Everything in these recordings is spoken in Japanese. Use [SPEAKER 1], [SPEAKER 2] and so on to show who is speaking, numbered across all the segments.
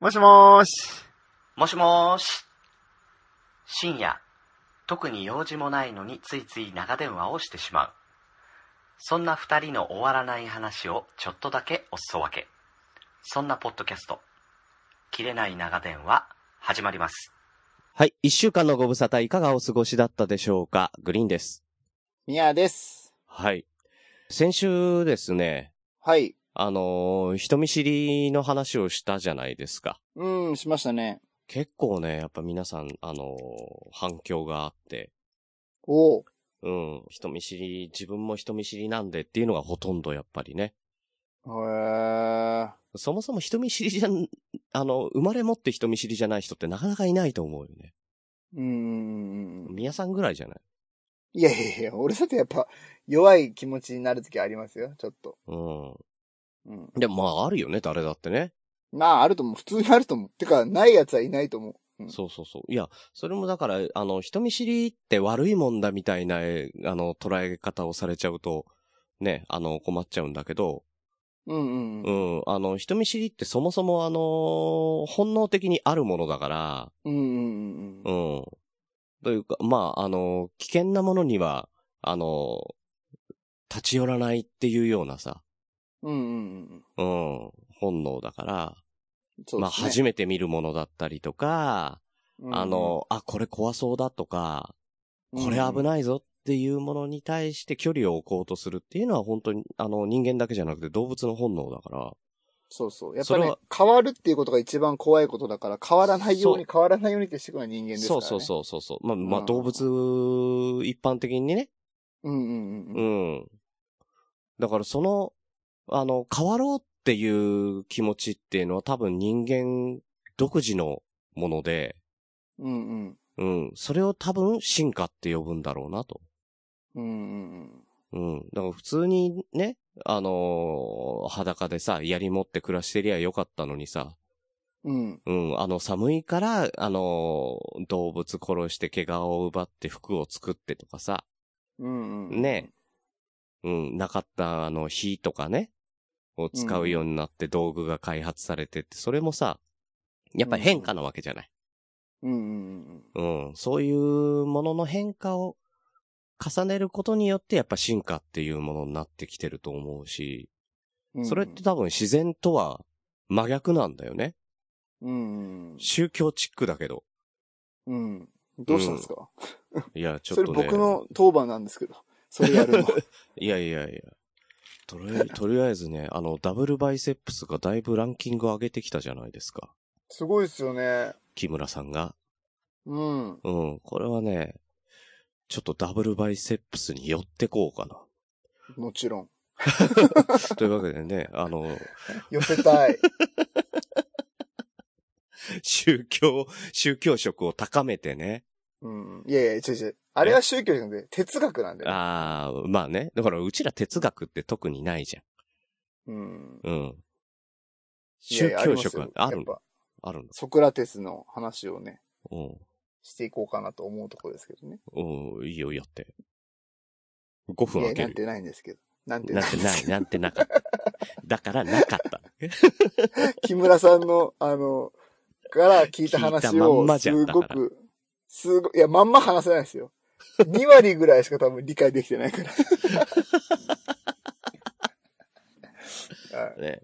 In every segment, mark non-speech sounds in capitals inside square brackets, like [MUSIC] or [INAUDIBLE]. [SPEAKER 1] もしもーし。
[SPEAKER 2] もしもーし。深夜、特に用事もないのについつい長電話をしてしまう。そんな二人の終わらない話をちょっとだけおすそ分け。そんなポッドキャスト、切れない長電話、始まります。
[SPEAKER 3] はい。一週間のご無沙汰いかがお過ごしだったでしょうかグリーンです。
[SPEAKER 1] みやです。
[SPEAKER 3] はい。先週ですね、
[SPEAKER 1] はい。
[SPEAKER 3] あのー人見知りの話をしたじゃないですか。
[SPEAKER 1] うーん、しましたね。
[SPEAKER 3] 結構ね、やっぱ皆さん、あのー反響があって、
[SPEAKER 1] おう。
[SPEAKER 3] うん、人見知り、自分も人見知りなんでっていうのがほとんどやっぱりね。
[SPEAKER 1] へー。
[SPEAKER 3] そもそも人見知りじゃん、あの、生まれ持って人見知りじゃない人ってなかなかいないと思うよね。
[SPEAKER 1] うーん。
[SPEAKER 3] 宮さんぐらいじゃない
[SPEAKER 1] いやいやいや、俺だってやっぱ弱い気持ちになるときありますよ、ちょっと。
[SPEAKER 3] うん。
[SPEAKER 1] うん。
[SPEAKER 3] でもまああるよね、誰だってね。
[SPEAKER 1] まあ、あると思う。普通にあると思う。てか、ないやつはいないと思う。うん
[SPEAKER 3] そうそうそう。いや、それもだから、あの、人見知りって悪いもんだみたいな、えあの、捉え方をされちゃうと、ね、あの、困っちゃうんだけど、
[SPEAKER 1] うんうん
[SPEAKER 3] う
[SPEAKER 1] うん。
[SPEAKER 3] ん、あの、人見知りってそもそもあの、本能的にあるものだから、
[SPEAKER 1] うんうんう
[SPEAKER 3] う
[SPEAKER 1] んうん。
[SPEAKER 3] ん。というか、まあ、あの、危険なものには、あの、立ち寄らないっていうようなさ、
[SPEAKER 1] うんうんうん。
[SPEAKER 3] うん、本能だから、
[SPEAKER 1] そう
[SPEAKER 3] まあ、
[SPEAKER 1] です
[SPEAKER 3] 初
[SPEAKER 1] ね。
[SPEAKER 3] めて見るものだったりとか、
[SPEAKER 1] うん
[SPEAKER 3] あ、の、あ、これ怖そうだとか、これ危
[SPEAKER 1] い。
[SPEAKER 3] ないぞっていうものに対して距離を置こうとするっていうのは本当に、あの、人間だけじゃなくて動物の本能だから。
[SPEAKER 1] そうそう。やっ
[SPEAKER 3] そ
[SPEAKER 1] ぱ
[SPEAKER 3] れ
[SPEAKER 1] ね
[SPEAKER 3] は、
[SPEAKER 1] 変わるっていうことが一番怖いことだから、変わらないように変わらないようにってしていくのは人間ですか
[SPEAKER 3] そ
[SPEAKER 1] ら
[SPEAKER 3] う
[SPEAKER 1] ね。
[SPEAKER 3] そうそうそうそう。まあ、まあ、
[SPEAKER 1] うん
[SPEAKER 3] 動物、一般的にね。
[SPEAKER 1] う。うんうんうん
[SPEAKER 3] う
[SPEAKER 1] うん。
[SPEAKER 3] ん。だからその、あの、変わろうっていう気持ちっていうのは多分人間独自のもので、
[SPEAKER 1] うんうん。
[SPEAKER 3] うん。それを多分進化って呼ぶんだろうなと。
[SPEAKER 1] うんうん
[SPEAKER 3] うん。だから普通にね、あのー裸でさ、槍持って暮らしてりゃよかったのにさ、
[SPEAKER 1] うん。うん。
[SPEAKER 3] うん、あの寒いから、あのー動物殺して怪我を奪って服を作ってとかさ、
[SPEAKER 1] うんうん。
[SPEAKER 3] ね。うん、なかったあの火とかね、を使うようになって道具が開発されてって、それもさ、やっぱり変化なわけじゃない。
[SPEAKER 1] うんうん
[SPEAKER 3] うん、そういうものの変化を重ねることによってやっぱ進化っていうものになってきてると思うし、
[SPEAKER 1] うん。
[SPEAKER 3] それって多分自然とは真逆なんだよね。
[SPEAKER 1] うんうん
[SPEAKER 3] 宗教チックだけど。
[SPEAKER 1] うん。うん。どうしたんですか、
[SPEAKER 3] いや、ちょっ
[SPEAKER 1] そ
[SPEAKER 3] と
[SPEAKER 1] れ
[SPEAKER 3] ね。
[SPEAKER 1] 僕の当番なんですけど。それやるの。 [LAUGHS]
[SPEAKER 3] いやいやいや。とりあえとりあえずね、あの、ダブルバイセップスがだいぶランキング上げてきたじゃないですか。
[SPEAKER 1] すごいですよね。
[SPEAKER 3] 木村さんが。
[SPEAKER 1] うん。
[SPEAKER 3] うん、これはね、ちょっとダブルバイセップスに寄ってこうかな。
[SPEAKER 1] もちろん。 [LAUGHS]
[SPEAKER 3] というわけでね、あの、
[SPEAKER 1] 寄せたい。 [LAUGHS]
[SPEAKER 3] 宗教、宗教色を高めてね。
[SPEAKER 1] うん。いやいや、違う違う。あれは宗教じゃなくて、哲学なんだよ。
[SPEAKER 3] ああ、まあね。だからうちら哲学って特にないじ
[SPEAKER 1] うん。
[SPEAKER 3] ゃん。うん。
[SPEAKER 1] いや
[SPEAKER 3] 宗
[SPEAKER 1] いや
[SPEAKER 3] 教色はあ
[SPEAKER 1] りますよ
[SPEAKER 3] る
[SPEAKER 1] やっぱ、
[SPEAKER 3] あるんだ。
[SPEAKER 1] ソクラテスの話をね、
[SPEAKER 3] うん。
[SPEAKER 1] していこうかなと思うところですけどね。
[SPEAKER 3] うん、いいよ、やって。5
[SPEAKER 1] い
[SPEAKER 3] 分
[SPEAKER 1] や、
[SPEAKER 3] 開け
[SPEAKER 1] なん
[SPEAKER 3] る。
[SPEAKER 1] てないんですけど。なんて
[SPEAKER 3] な
[SPEAKER 1] なんい
[SPEAKER 3] てない、なんてなかった。だからなかった。
[SPEAKER 1] 木村さんの、あの、から聞いた
[SPEAKER 3] 聞
[SPEAKER 1] 話
[SPEAKER 3] いたま
[SPEAKER 1] を
[SPEAKER 3] ん、まじゃん
[SPEAKER 1] す
[SPEAKER 3] だ
[SPEAKER 1] ご
[SPEAKER 3] から
[SPEAKER 1] く、すごい、いや、まんま話せないですよ。2割ぐらいしか多分理解できてないから。 [LAUGHS] はい
[SPEAKER 3] ね。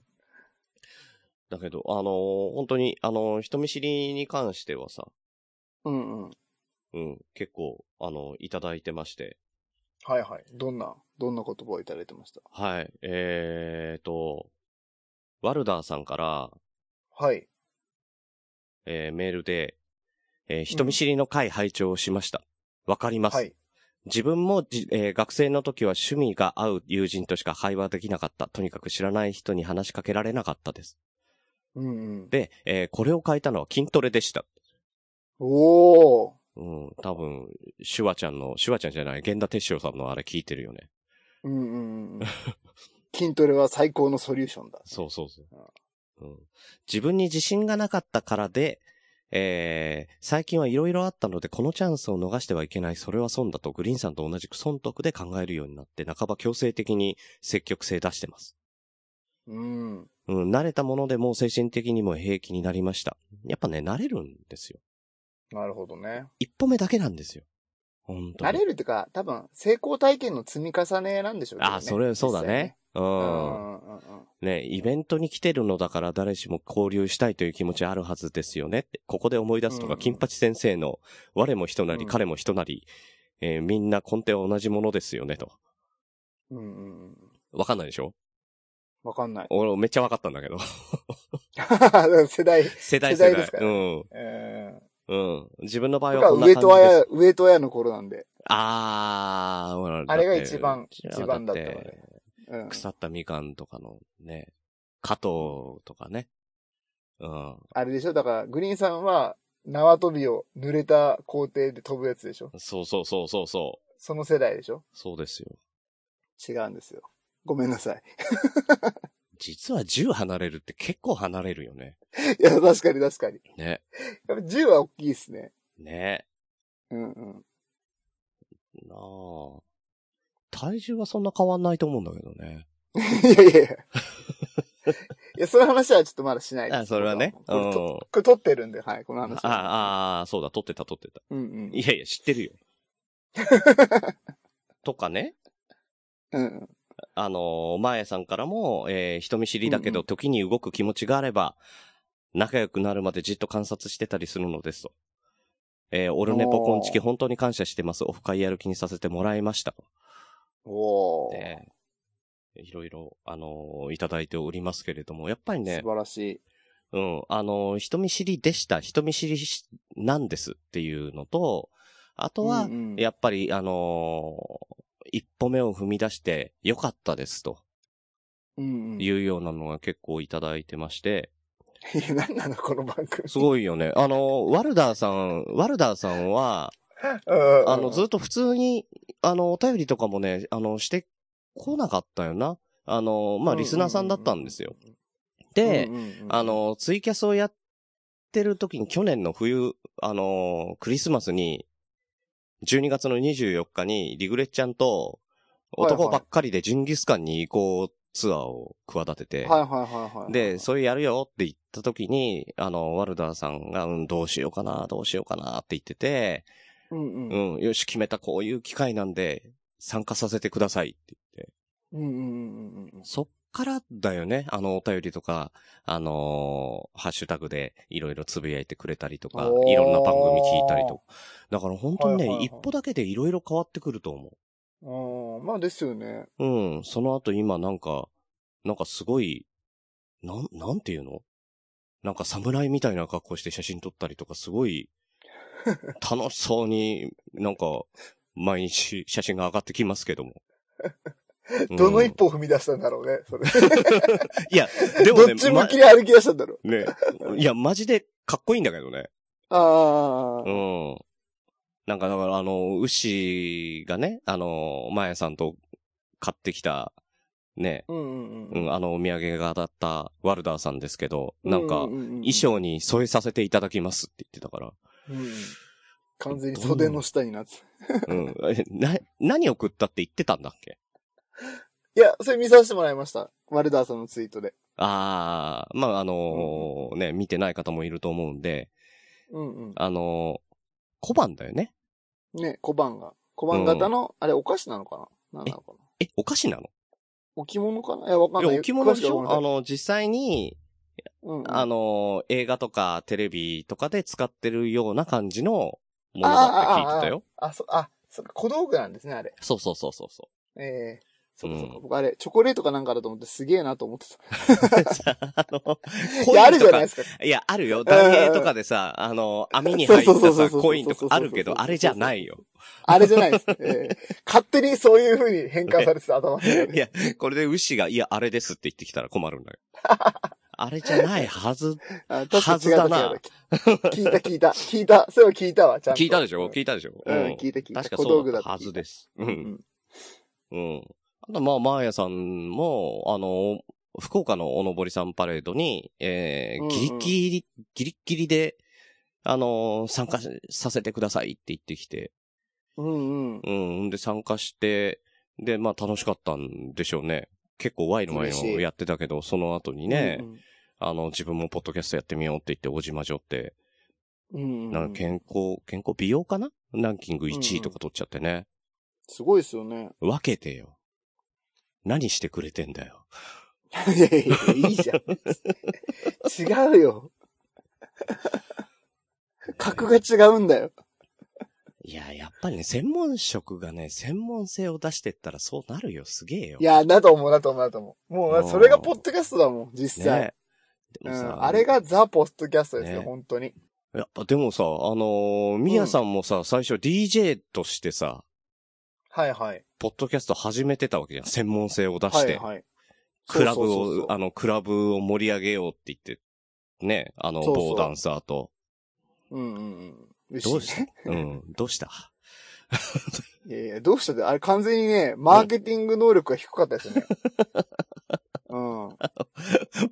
[SPEAKER 3] だけど、あのー本当に、あのー人見知りに関してはさ、
[SPEAKER 1] うんうん。
[SPEAKER 3] うん、結構、あのーいただいてまして、
[SPEAKER 1] はいはい。どんな、どんな言葉をいただいてました
[SPEAKER 3] はい、えーと、ワルダーさんから、
[SPEAKER 1] はい。
[SPEAKER 3] えーメールで、えー人見知りの会拝聴しました。わ、かります。
[SPEAKER 1] はい。
[SPEAKER 3] 自分もじ、えー学生の時は趣味が合う友人としか会話できなかった。とにかく知らない人に話しかけられなかったです。
[SPEAKER 1] うんうん。
[SPEAKER 3] で、えーこれを変えたのは筋トレでした。
[SPEAKER 1] おー。
[SPEAKER 3] うん、多分、シュワちゃんの、シュワちゃんじゃない、源田哲章さんのあれ聞いてるよね。
[SPEAKER 1] うん
[SPEAKER 3] [LAUGHS]
[SPEAKER 1] うんうん。筋トレは最高のソリューションだ。
[SPEAKER 3] そうそうそう。うん、自分に自信がなかったからで、えー、最近はいろいろあったので、このチャンスを逃してはいけない、それは損だと、グリーンさんと同じく損得で考えるようになって、半ば強制的に積極性出してます。
[SPEAKER 1] うん。
[SPEAKER 3] うん、慣れたものでもう精神的にも平気になりました。やっぱね、慣れるんですよ。
[SPEAKER 1] なるほどね。
[SPEAKER 3] 一歩目だけなんですよ。本当
[SPEAKER 1] 慣
[SPEAKER 3] に。
[SPEAKER 1] れるってか、多分、成功体験の積み重ねなんでしょうけどね。
[SPEAKER 3] あ、それ、そうだね。う。
[SPEAKER 1] 実際ね。うんんうんうんうん。
[SPEAKER 3] ね、イベントに来てるのだから誰しも交流したいという気持ちあるはずですよねって。ここで思い出すとか、
[SPEAKER 1] うん
[SPEAKER 3] 金八先生の、我も人なり、
[SPEAKER 1] うん
[SPEAKER 3] 彼も人なり、えーみんな根底は同じものですよねと。
[SPEAKER 1] うんうんうん。
[SPEAKER 3] わかんないでしょ
[SPEAKER 1] わかんない。
[SPEAKER 3] 俺めっちゃわかったんだけど。
[SPEAKER 1] [LAUGHS] 世
[SPEAKER 3] [LAUGHS] 世代
[SPEAKER 1] 代。世
[SPEAKER 3] 世
[SPEAKER 1] 代
[SPEAKER 3] 代。
[SPEAKER 1] ですから
[SPEAKER 3] うん。
[SPEAKER 1] え
[SPEAKER 3] うん。自分の場
[SPEAKER 1] ー、
[SPEAKER 3] 合
[SPEAKER 1] 僕
[SPEAKER 3] は
[SPEAKER 1] は
[SPEAKER 3] こんな感じで
[SPEAKER 1] 上
[SPEAKER 3] す。
[SPEAKER 1] 戸彩、上戸彩の頃なんで。
[SPEAKER 3] あー、ほら
[SPEAKER 1] あれが
[SPEAKER 3] だって
[SPEAKER 1] 一番
[SPEAKER 3] じゃあ
[SPEAKER 1] 一番だったの
[SPEAKER 3] っ
[SPEAKER 1] で
[SPEAKER 3] て
[SPEAKER 1] うん。
[SPEAKER 3] 腐ったみかんとかのね、加藤とかね。うん。
[SPEAKER 1] あれでしょだから、グリーンさんは、縄跳びを濡れた校庭で飛ぶやつでしょ
[SPEAKER 3] そうそうそうそうそう。
[SPEAKER 1] その世代でしょ
[SPEAKER 3] そうですよ。
[SPEAKER 1] 違うんですよ。ごめんなさい。 [LAUGHS]
[SPEAKER 3] 実は10離れるって結構離れるよね。
[SPEAKER 1] いや、確かに確かに。
[SPEAKER 3] ね。
[SPEAKER 1] やっぱ10は大きいですね。
[SPEAKER 3] ね。
[SPEAKER 1] うんうん。 [LAUGHS]
[SPEAKER 3] なあ。体重はそんな変わんないと思うんだけどね。
[SPEAKER 1] いやい [LAUGHS] やいや。いや、その話はちょっとまだしないです。
[SPEAKER 3] あ、それはね。う
[SPEAKER 1] これ
[SPEAKER 3] ん。
[SPEAKER 1] とこれ撮ってるんで、はい、この話は。
[SPEAKER 3] ああ、そうだ、撮ってた撮ってた。
[SPEAKER 1] うんうん。
[SPEAKER 3] いやいや、知って [LAUGHS] るよ。とかね。
[SPEAKER 1] うんうん。
[SPEAKER 3] あのー、まえさんからも、えー人見知りだけど、時に動く気持ちがあれば、仲良くなるまでじっと観察してたりするのですと。えーオルネポコンチキ
[SPEAKER 1] おー
[SPEAKER 3] 本当に感謝してます。オフ会やる気にさせてもらいましたと。
[SPEAKER 1] おー。
[SPEAKER 3] ねいろいろ、あのーいただいておりますけれども、やっぱりね
[SPEAKER 1] 素、晴らしい。
[SPEAKER 3] うん、あのー人見知りでした、人見知りしなんですっていうのと、あとは、
[SPEAKER 1] うんうん
[SPEAKER 3] やっぱり、あのー一歩目を踏み出してよかったですと。
[SPEAKER 1] うんうん。い
[SPEAKER 3] いうようなのが結構いただいてまして、
[SPEAKER 1] [LAUGHS] や、なんなの、この番組。
[SPEAKER 3] すごいよね。あの、ワルダーさん、ワルダーさんは、
[SPEAKER 1] [LAUGHS] あ
[SPEAKER 3] あの、ずっと普通に、あの、お便りとかもね、あの、してこなかったよな。あの、まあ、リスナーさんだったんですよ。で、あ、の、ツイキャスをやってる時に去年の冬、あの、クリスマスに、12月の24日にリグレッちゃんと男ばっかりでジンギスカンに行こうツアーを企てて、
[SPEAKER 1] はいはいはいはい。
[SPEAKER 3] で、それやるよって言った時に、あの、ワルダーさんが、うん、どうしようかな、どうしようかなって言ってて、
[SPEAKER 1] うんうん。
[SPEAKER 3] う
[SPEAKER 1] うん
[SPEAKER 3] ん、よし、決めた、こういう機会なんで、参加させてくださいって言って。
[SPEAKER 1] うんうんうんうん。
[SPEAKER 3] そっからだよね、あの、お便りとか、あのーハッシュタグでいろいろつぶやいてくれたりとか、
[SPEAKER 1] おー
[SPEAKER 3] いろんな番組聞いたりとか。だから本当にね、
[SPEAKER 1] はいはいはい
[SPEAKER 3] 一歩だけでいろいろ変わってくると思
[SPEAKER 1] うん。まあですよね。
[SPEAKER 3] う。うん、その後今なんか、なんかすごい、なん、なんていうのなんか侍みたいな格好して写真撮ったりとか、すご
[SPEAKER 1] [LAUGHS]
[SPEAKER 3] い、楽しそうに、なんか、毎日写真が上がってきますけど
[SPEAKER 1] [LAUGHS]
[SPEAKER 3] も。うん
[SPEAKER 1] どの一歩を踏み出したんだろうね、それ。
[SPEAKER 3] いや、 [LAUGHS] でも
[SPEAKER 1] [LAUGHS] ど
[SPEAKER 3] ね
[SPEAKER 1] っ、ち向きで歩き出したんだろう。
[SPEAKER 3] まね、いや、マジでかっこいいんだけどね。
[SPEAKER 1] ああ。
[SPEAKER 3] うん。なんかだから、あの、牛がね、あの、まやさんと買ってきた、ね、
[SPEAKER 1] うんうん
[SPEAKER 3] う
[SPEAKER 1] うん。
[SPEAKER 3] ん、あの、お土産が当たったワルダーさんですけど、なんか、衣
[SPEAKER 1] 衣。
[SPEAKER 3] 装に添えさせていただきますって言ってたから。
[SPEAKER 1] うんうん完全に袖の下になってた。
[SPEAKER 3] うん。えな、何送ったって言ってたんだっけ
[SPEAKER 1] いや、それ見させてもらいました。ワルダーさんのツイートで。
[SPEAKER 3] ああ、まあ、あのーね、見てない方もいると思うんで、
[SPEAKER 1] うんうん。
[SPEAKER 3] あのー小判だよね。
[SPEAKER 1] ね、小判が。小判型の、あれお菓子なのかななんなのかな
[SPEAKER 3] え、お菓子なの
[SPEAKER 1] 置物かないや、わかん
[SPEAKER 3] い
[SPEAKER 1] な
[SPEAKER 3] や
[SPEAKER 1] い。
[SPEAKER 3] 置物でし
[SPEAKER 1] 詳
[SPEAKER 3] ょ
[SPEAKER 1] くは
[SPEAKER 3] あ
[SPEAKER 1] ごめんなさい、
[SPEAKER 3] の、実際に、
[SPEAKER 1] うんうん
[SPEAKER 3] あのー映画とかテレビとかで使ってるような感じのもの
[SPEAKER 1] あ
[SPEAKER 3] だって聞い
[SPEAKER 1] あ
[SPEAKER 3] てたよ。
[SPEAKER 1] あ、そ、あ、そっか小道具なんですね、あれ。
[SPEAKER 3] そうそうそうそうそ
[SPEAKER 1] ええそっかそっか、
[SPEAKER 3] うん
[SPEAKER 1] 僕あれ、チョコレートかなんかだと思ってすげえなと思ってた。
[SPEAKER 3] う。あの、
[SPEAKER 1] [LAUGHS] いや、あるじゃないですか。
[SPEAKER 3] いや、あるよ。ダゲーとかでさ、あの、網に入っ
[SPEAKER 1] そ
[SPEAKER 3] た
[SPEAKER 1] うそうそう
[SPEAKER 3] さ、
[SPEAKER 1] そう
[SPEAKER 3] コインとかあるけ
[SPEAKER 1] そうそうそう
[SPEAKER 3] ど、
[SPEAKER 1] そう
[SPEAKER 3] あれじゃないよ。
[SPEAKER 1] あれじゃないです。ええ勝手にそういう風に変換されてた、頭の中
[SPEAKER 3] い
[SPEAKER 1] で。
[SPEAKER 3] や、これで牛が、いや、あれですって言ってきたら困
[SPEAKER 1] [LAUGHS]
[SPEAKER 3] るんだよ。あれじゃないはず。
[SPEAKER 1] あ
[SPEAKER 3] はずだな。
[SPEAKER 1] 違う違う聞いた聞いた。聞いた。それを聞いたわ、ちゃんと。
[SPEAKER 3] 聞いたでしょ
[SPEAKER 1] うん
[SPEAKER 3] 聞いたでしょ
[SPEAKER 1] うん、聞いた聞いた。
[SPEAKER 3] 確か
[SPEAKER 1] 小道
[SPEAKER 3] そ
[SPEAKER 1] 具
[SPEAKER 3] うだ
[SPEAKER 1] だっ
[SPEAKER 3] ったたはず
[SPEAKER 1] す。
[SPEAKER 3] です。う。
[SPEAKER 1] うんん。
[SPEAKER 3] うん。あと、まあ、マーヤさんも、あの、福岡のおのぼりさんパレードに、え
[SPEAKER 1] う
[SPEAKER 3] ー、
[SPEAKER 1] んうん
[SPEAKER 3] ギリッギリ、ギリッギリで、あの参加しさせてくださいって言ってきて、
[SPEAKER 1] うんうん。
[SPEAKER 3] うん、んで参加して、で、まあ楽しかったんでしょうね。結構ワイの前をやってたけど、その後にね、
[SPEAKER 1] うん
[SPEAKER 3] あの、自分もポッドキャストやってみようって言って、小島女って、
[SPEAKER 1] うん。
[SPEAKER 3] なんか健康、健康美容かなランキング1位とか取っちゃってね。
[SPEAKER 1] すごいですよね。
[SPEAKER 3] 分けてよ。何してくれてんだよ。
[SPEAKER 1] いやいやいや、いいじゃん。違うよ。格が違うんだよ。
[SPEAKER 3] いや、やっぱりね、専門職がね、専門性を出してったらそうなるよ。すげえよ。
[SPEAKER 1] いや、だと思う、だと思う、だと思う。も
[SPEAKER 3] う
[SPEAKER 1] う、
[SPEAKER 3] ん
[SPEAKER 1] それがポッドキャストだもん、実際。
[SPEAKER 3] ね。で
[SPEAKER 1] う
[SPEAKER 3] もさ、
[SPEAKER 1] ん。あれがザ・ポッドキャストですよ、
[SPEAKER 3] ね
[SPEAKER 1] 本当に。
[SPEAKER 3] やっぱでもさ、あのー、ミヤさんもさ、最初 DJ としてさ、
[SPEAKER 1] はいはい。
[SPEAKER 3] ポッドキャスト始めてたわけじゃん。専門性を出し
[SPEAKER 1] は
[SPEAKER 3] て。
[SPEAKER 1] いはい。
[SPEAKER 3] クラブを、
[SPEAKER 1] そうそうそうそう
[SPEAKER 3] あの、クラブを盛り上げようって言って、ね、あの、
[SPEAKER 1] そうそう
[SPEAKER 3] 棒ダンサーと。
[SPEAKER 1] うんうんうん。
[SPEAKER 3] どうした
[SPEAKER 1] ね
[SPEAKER 3] うん、どうした [LAUGHS]
[SPEAKER 1] いやいや、どうしたって、あれ完全にね、マーケティング能力が低かっ
[SPEAKER 3] [LAUGHS]
[SPEAKER 1] たですね。うん。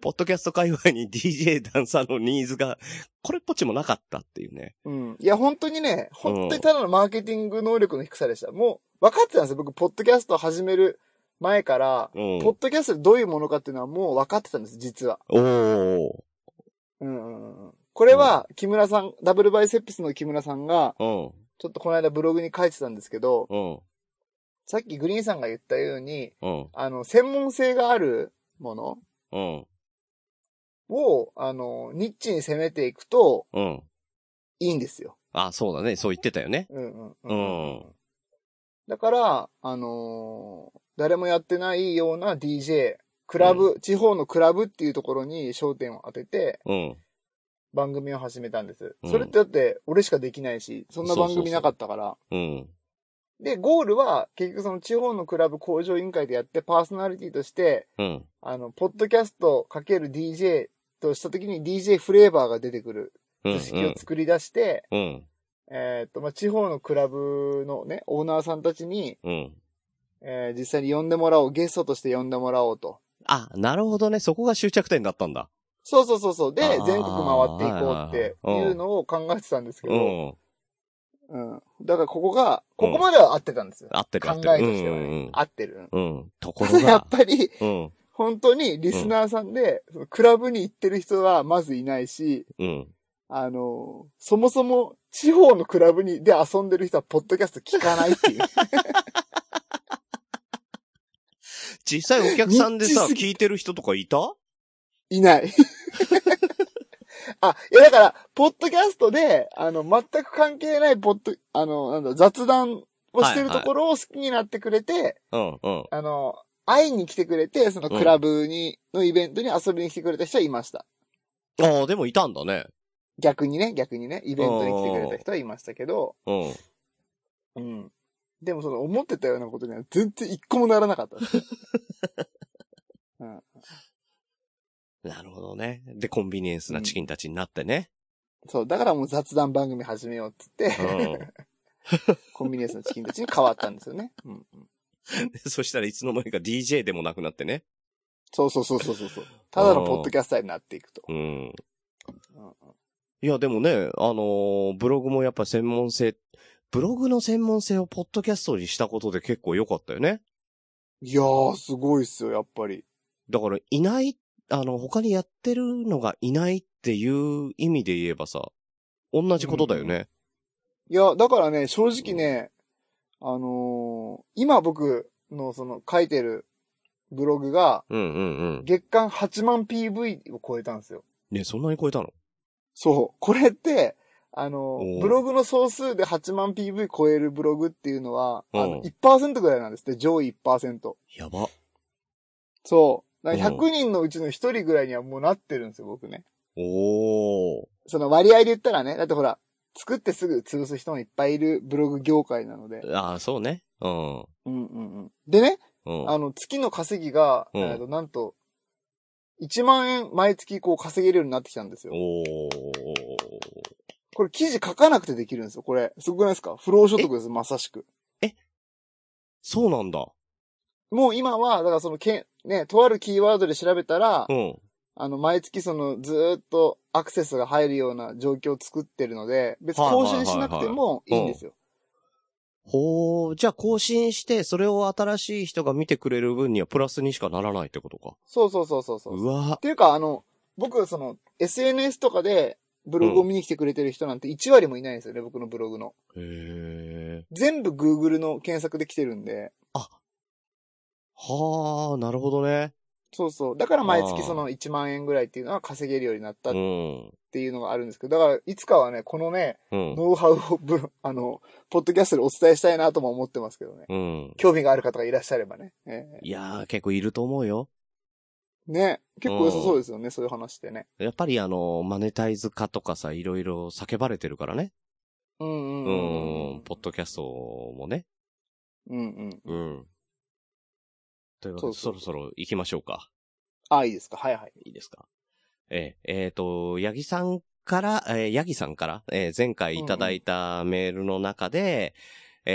[SPEAKER 3] ポッドキャスト界隈に DJ ダンサーのニーズが、これっぽっちもなかったっていうね。
[SPEAKER 1] うん。いや、本当にね、本当にただのマーケティング能力の低さでした。もう、分かってたんですよ。僕、ポッドキャストを始める前から、
[SPEAKER 3] うん。
[SPEAKER 1] ポッドキャストでどういうものかっていうのはもう分かってたんです、実は。
[SPEAKER 3] おー。
[SPEAKER 1] うんうんうん。これは、木村さん、ダブルバイセップスの木村さんが、
[SPEAKER 3] うん。
[SPEAKER 1] ちょっとこの間ブログに書いてたんですけど、
[SPEAKER 3] うん。
[SPEAKER 1] さっきグリーンさんが言ったように、
[SPEAKER 3] うん。
[SPEAKER 1] あの、専門性があるもの
[SPEAKER 3] うん。
[SPEAKER 1] を、あの、ニッチに攻めていくと、
[SPEAKER 3] うん。
[SPEAKER 1] いいんですよ。
[SPEAKER 3] あ、そうだね。そう言ってたよね。
[SPEAKER 1] うんうん
[SPEAKER 3] うん
[SPEAKER 1] だから、あのー誰もやってないような DJ、クラブ、地方のクラブっていうところに焦点を当てて
[SPEAKER 3] うん。
[SPEAKER 1] 番組を始めたんです。
[SPEAKER 3] うん
[SPEAKER 1] それってだって俺しかできないし、そんな番組なかったから。
[SPEAKER 3] うん。
[SPEAKER 1] で、ゴールは結局その地方のクラブ工場委員会でやってパーソナリティとして、
[SPEAKER 3] うん。
[SPEAKER 1] あの、ポッドキャストかける DJ とした時に DJ フレーバーが出てくる
[SPEAKER 3] うん。
[SPEAKER 1] 図式を作り出して、
[SPEAKER 3] うん。
[SPEAKER 1] えーっと、まあ、地方のクラブのね、オーナーさんたちに、
[SPEAKER 3] うん。
[SPEAKER 1] えー実際に呼んでもらおう、ゲストとして呼んでもらおうと。
[SPEAKER 3] あ、なるほどね。そこが終着点だったんだ。
[SPEAKER 1] そうそうそうそう。で
[SPEAKER 3] あー、
[SPEAKER 1] 全国回っていこうっていうのを考えてたんですけ
[SPEAKER 3] う
[SPEAKER 1] ど、
[SPEAKER 3] ん。
[SPEAKER 1] うん。だからここが、ここまでは合ってたんですよ。
[SPEAKER 3] 合ってる
[SPEAKER 1] 考
[SPEAKER 3] 合
[SPEAKER 1] え
[SPEAKER 3] って
[SPEAKER 1] と
[SPEAKER 3] る。
[SPEAKER 1] してはね。合ってる。
[SPEAKER 3] うん。うん。ところ
[SPEAKER 1] ただ [LAUGHS] やっ
[SPEAKER 3] が。
[SPEAKER 1] ぱり、
[SPEAKER 3] うん。
[SPEAKER 1] 本当にリスナーさんで、そのクラブに行ってる人はまずいないし、
[SPEAKER 3] うん。
[SPEAKER 1] あの、そもそも地方のクラブにで遊んでる人はポッドキャスト聞かないっていう。
[SPEAKER 3] 実際お客さんで
[SPEAKER 1] [LAUGHS]
[SPEAKER 3] さ、
[SPEAKER 1] ニッチす
[SPEAKER 3] 聞いてる人とかいた
[SPEAKER 1] いない。あ、いやだから、ポッドキャストで、あの、全く関係ないポッド、あの、なんだ、雑談をしてるところを好きになってくれて、
[SPEAKER 3] うん、うん。
[SPEAKER 1] あの、会いに来てくれて、そのクラブに、のイベントに遊びに来てくれた人はいました。
[SPEAKER 3] ああ、でもいたんだね。
[SPEAKER 1] 逆にね、逆にね、イベントに来てくれた人はいましたけど、
[SPEAKER 3] うん。
[SPEAKER 1] うん。でもその思ってたようなことには全然一個もならなかったです。うん、
[SPEAKER 3] なるほどね。で、コンビニエンスなチキンたちになってね。
[SPEAKER 1] そう、だからもう雑談番組始めようって言って、
[SPEAKER 3] う
[SPEAKER 1] コンビニエンスのチキンたちに変わったんですよね。うんうん
[SPEAKER 3] ん。 [LAUGHS] そしたらいつの間にか DJ でもなくなってね。
[SPEAKER 1] そうそうそうそうそうそう。ただのポッドキャスターになっていくと。
[SPEAKER 3] うん。
[SPEAKER 1] うんうん
[SPEAKER 3] いや、でもね、あのーブログもやっぱ専門性、ブログの専門性をポッドキャストにしたことで結構良かったよね。
[SPEAKER 1] いやー、すごいっすよ、やっぱり。
[SPEAKER 3] だから、いない、あの、他にやってるのがいないっていう意味で言えばさ、同じことだよね。
[SPEAKER 1] いや、だからね、正直ね、あのー今僕のその書いてるブログが
[SPEAKER 3] うんうんうん。
[SPEAKER 1] 月間8万 PV を超えたんですよ。
[SPEAKER 3] ね、そんなに超えたの
[SPEAKER 1] そう。これって、あのー
[SPEAKER 3] おう
[SPEAKER 1] ブログの総数で8万 PV 超えるブログっていうのは、あ
[SPEAKER 3] うん
[SPEAKER 1] の、1%ぐらいなんですって、上位1%。
[SPEAKER 3] やば。
[SPEAKER 1] そう。だから
[SPEAKER 3] うん
[SPEAKER 1] 100人のうちの1人ぐらいにはもうなってるんですよ、僕ね。
[SPEAKER 3] おー。
[SPEAKER 1] その割合で言ったらね、だってほら、作ってすぐ潰す人もいっぱいいるブログ業界なので。
[SPEAKER 3] ああ、そうね。うん。
[SPEAKER 1] うんうんうん。でね、
[SPEAKER 3] うん。
[SPEAKER 1] あの、月の稼ぎが、
[SPEAKER 3] うん
[SPEAKER 1] えーとなんと、1万円毎月こう稼げるようになってきたんですよ。
[SPEAKER 3] おー。
[SPEAKER 1] これ記事書かなくてできるんですよ、これ。すごくないですか不労所得です、まさしく。
[SPEAKER 3] そうなんだ。
[SPEAKER 1] もう今は、だからそのけ、ね、とあるキーワードで調べたら、
[SPEAKER 3] うん。
[SPEAKER 1] あの、毎月その、ずーっとアクセスが入るような状況を作ってるので、別に更新しなくてもいいんですよ。
[SPEAKER 3] ほう、じゃあ更新して、それを新しい人が見てくれる分にはプラスにしかならないってことか。
[SPEAKER 1] そうそうそうそうそう。
[SPEAKER 3] う
[SPEAKER 1] っ
[SPEAKER 3] わ
[SPEAKER 1] ていうか、あの、僕、その、SNS とかで、ブログを見に来てくれてる人なんて1割もいないんですよね、僕のブログの。
[SPEAKER 3] へえ。
[SPEAKER 1] 全部 Google の検索で来てるんで。
[SPEAKER 3] はあ、なるほどね。
[SPEAKER 1] そうそう。だから毎月
[SPEAKER 3] あー
[SPEAKER 1] その1万円ぐらいっていうのは稼げるようになったっ
[SPEAKER 3] うん。
[SPEAKER 1] ていうのがあるんですけど、だからいつかはね、このね、
[SPEAKER 3] うん。
[SPEAKER 1] ノウハウをブロ、 [LAUGHS] あの、ポッドキャストでお伝えしたいなとも思ってますけどね。
[SPEAKER 3] うん。
[SPEAKER 1] 興味がある方がいらっしゃればね。え
[SPEAKER 3] いやー、結構いると思うよ。
[SPEAKER 1] えね。結構良さそうですよね、そういう話ってね。
[SPEAKER 3] やっぱりあの、マネタイズ化とかさ、いろいろ叫ばれてるからね。
[SPEAKER 1] うん
[SPEAKER 3] う
[SPEAKER 1] うんん。うん。
[SPEAKER 3] ポッドキャストもね。
[SPEAKER 1] うんうん。
[SPEAKER 3] うん。というわけ
[SPEAKER 1] そ
[SPEAKER 3] で、
[SPEAKER 1] うそ
[SPEAKER 3] そうろそろ行きましょうか。
[SPEAKER 1] あ、いいですか。はいはい。
[SPEAKER 3] いいですか。えー、えーと、八木さんから、えー、ヤギさんから、えー前回いただいたメールの中で、